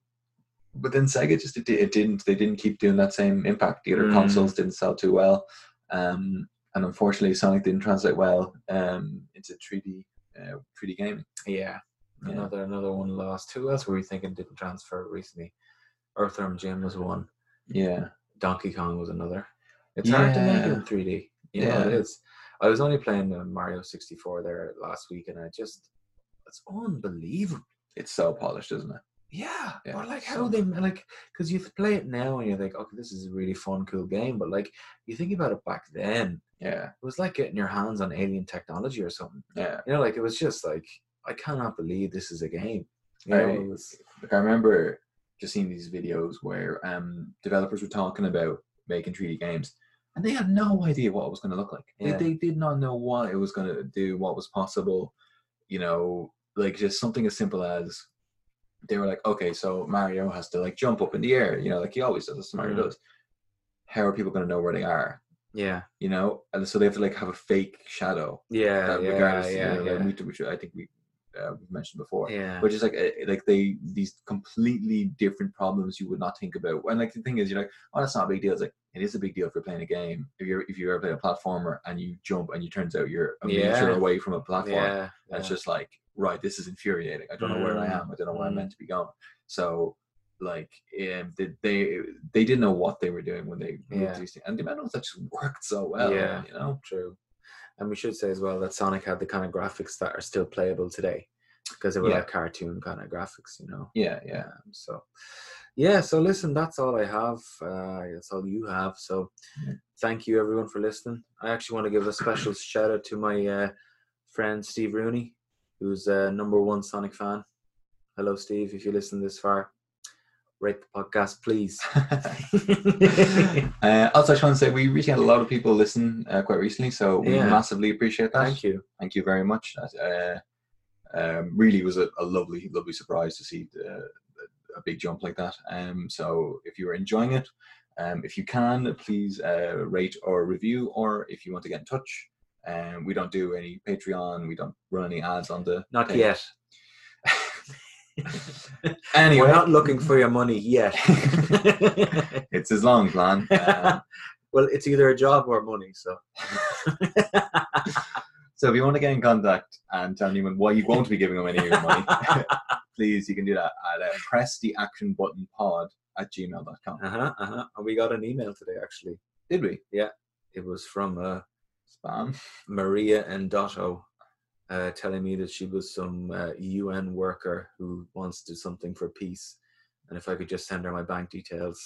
but then Sega just it, di- it didn't. They didn't keep doing that same impact. The other
Mm.
consoles didn't sell too well, um, and unfortunately, Sonic didn't translate well um, into 3D uh, 3D gaming.
Yeah.
Yeah.
Another another one lost. Who else were we thinking didn't transfer recently? Earthworm Jim was one.
Yeah.
Donkey Kong was another. It's hard to make it in
Yeah.
3D. You yeah. know, it
Yeah.
is. I was only playing uh, Mario 64 there last week, and I just it's unbelievable.
It's so polished, isn't it?
Yeah,
Yeah,
or like
so
how they like because you play it now and you're like, okay, this is a really fun, cool game, but like you think about it back then,
Yeah.
it was like getting your hands on alien technology or something.
Yeah.
You know, like it was just like I cannot believe this is a game. You know,
I-
it was,
Like I remember just seeing these videos where um developers were talking about making 3D games and they had no idea what it was gonna look like.
Yeah.
They, they did not know what it was gonna do, what was possible, you know, like just something as simple as they were like, Okay, so Mario has to like jump up in the air, you know, like he always does, that's what Mario
Mhm.
does. How are people gonna know where they are?
yeah,
You know? And so they have to like have a fake shadow.
yeah,
that
yeah,
regardless, you
yeah,
know,
yeah,
like, we- which I think we uh, we mentioned before
yeah.
but just like uh, like they these completely different problems you would not think about. And like the thing is, you're like, oh, that's not a big deal. It's like it is a big deal if you're playing a game. If you're if you ever play a platformer and you jump and you turns out you're a meter
Yeah.
away from a platform, and
yeah,
it's
yeah.
just like right, this is infuriating. I don't know where I
Mm.
am. I don't know where I'm
Mm.
meant to be going. So like um, they, they they didn't know what they were doing when they moved
Yeah.
these things. and the amount of that just worked so well.
Yeah.
you know.
True. And we should say as well that Sonic had the kind of graphics that are still playable today because they were
Yeah.
like cartoon kind of graphics, you know.
Yeah, yeah.
Um, so, yeah, so listen, that's all I have. Uh, that's all you have. So,
Yeah.
thank you everyone for listening. I actually want to give a special shout out to my uh, friend Steve Rooney, who's a number one Sonic fan. Hello, Steve. If you listen this far, rate the podcast, please.
uh, also, I just want to say we recently had a lot of people listen uh, quite recently, so we
Yeah.
massively appreciate that.
Thank you.
Thank you very much. That, Uh, um, really was a, a lovely, lovely surprise to see uh, a big jump like that. Um, so if you are enjoying it, um, if you can, please uh, rate or review, or if you want to get in touch. Um, we don't do any Patreon. We don't run any ads on the.
Not
page.
yet.
Anyway,
We're not looking for your money yet.
it's his long plan. Um,
Uh, well, it's either a job or money. So
So if you want to get in contact and tell anyone why you won't be giving them any of your money, please, you can do that at uh, press the action button pod at gmail.com.
uh-huh, uh-huh. And we got an email today. Actually,
Did we?
it was from uh,
Spam.
Maria Endotto, uh, telling me that she was some uh, UN worker who wants to do something for peace, and if I could just send her my bank details.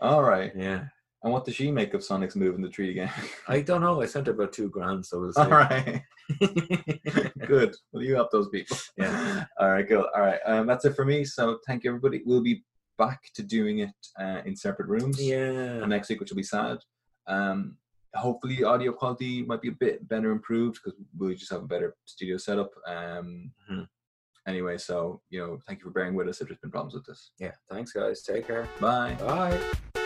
All right.
Yeah,
And what does she make of Sonic's move in the tree again?
I don't know. I sent her about two grand, so we'll see.
All right.
right.
Good. Well, you help those people.
Yeah.
All right, cool. All right. Um, that's it for me. So thank you, everybody. We'll be back to doing it uh, in separate rooms.
yeah.
for next week, which will be sad. Um, hopefully, audio quality might be a bit better improved because we just have a better studio setup. Um,
Mhm.
Anyway, so you know, thank you for bearing with us if there's been problems with this.
Yeah. Thanks, guys. Take care.
Bye.
Bye.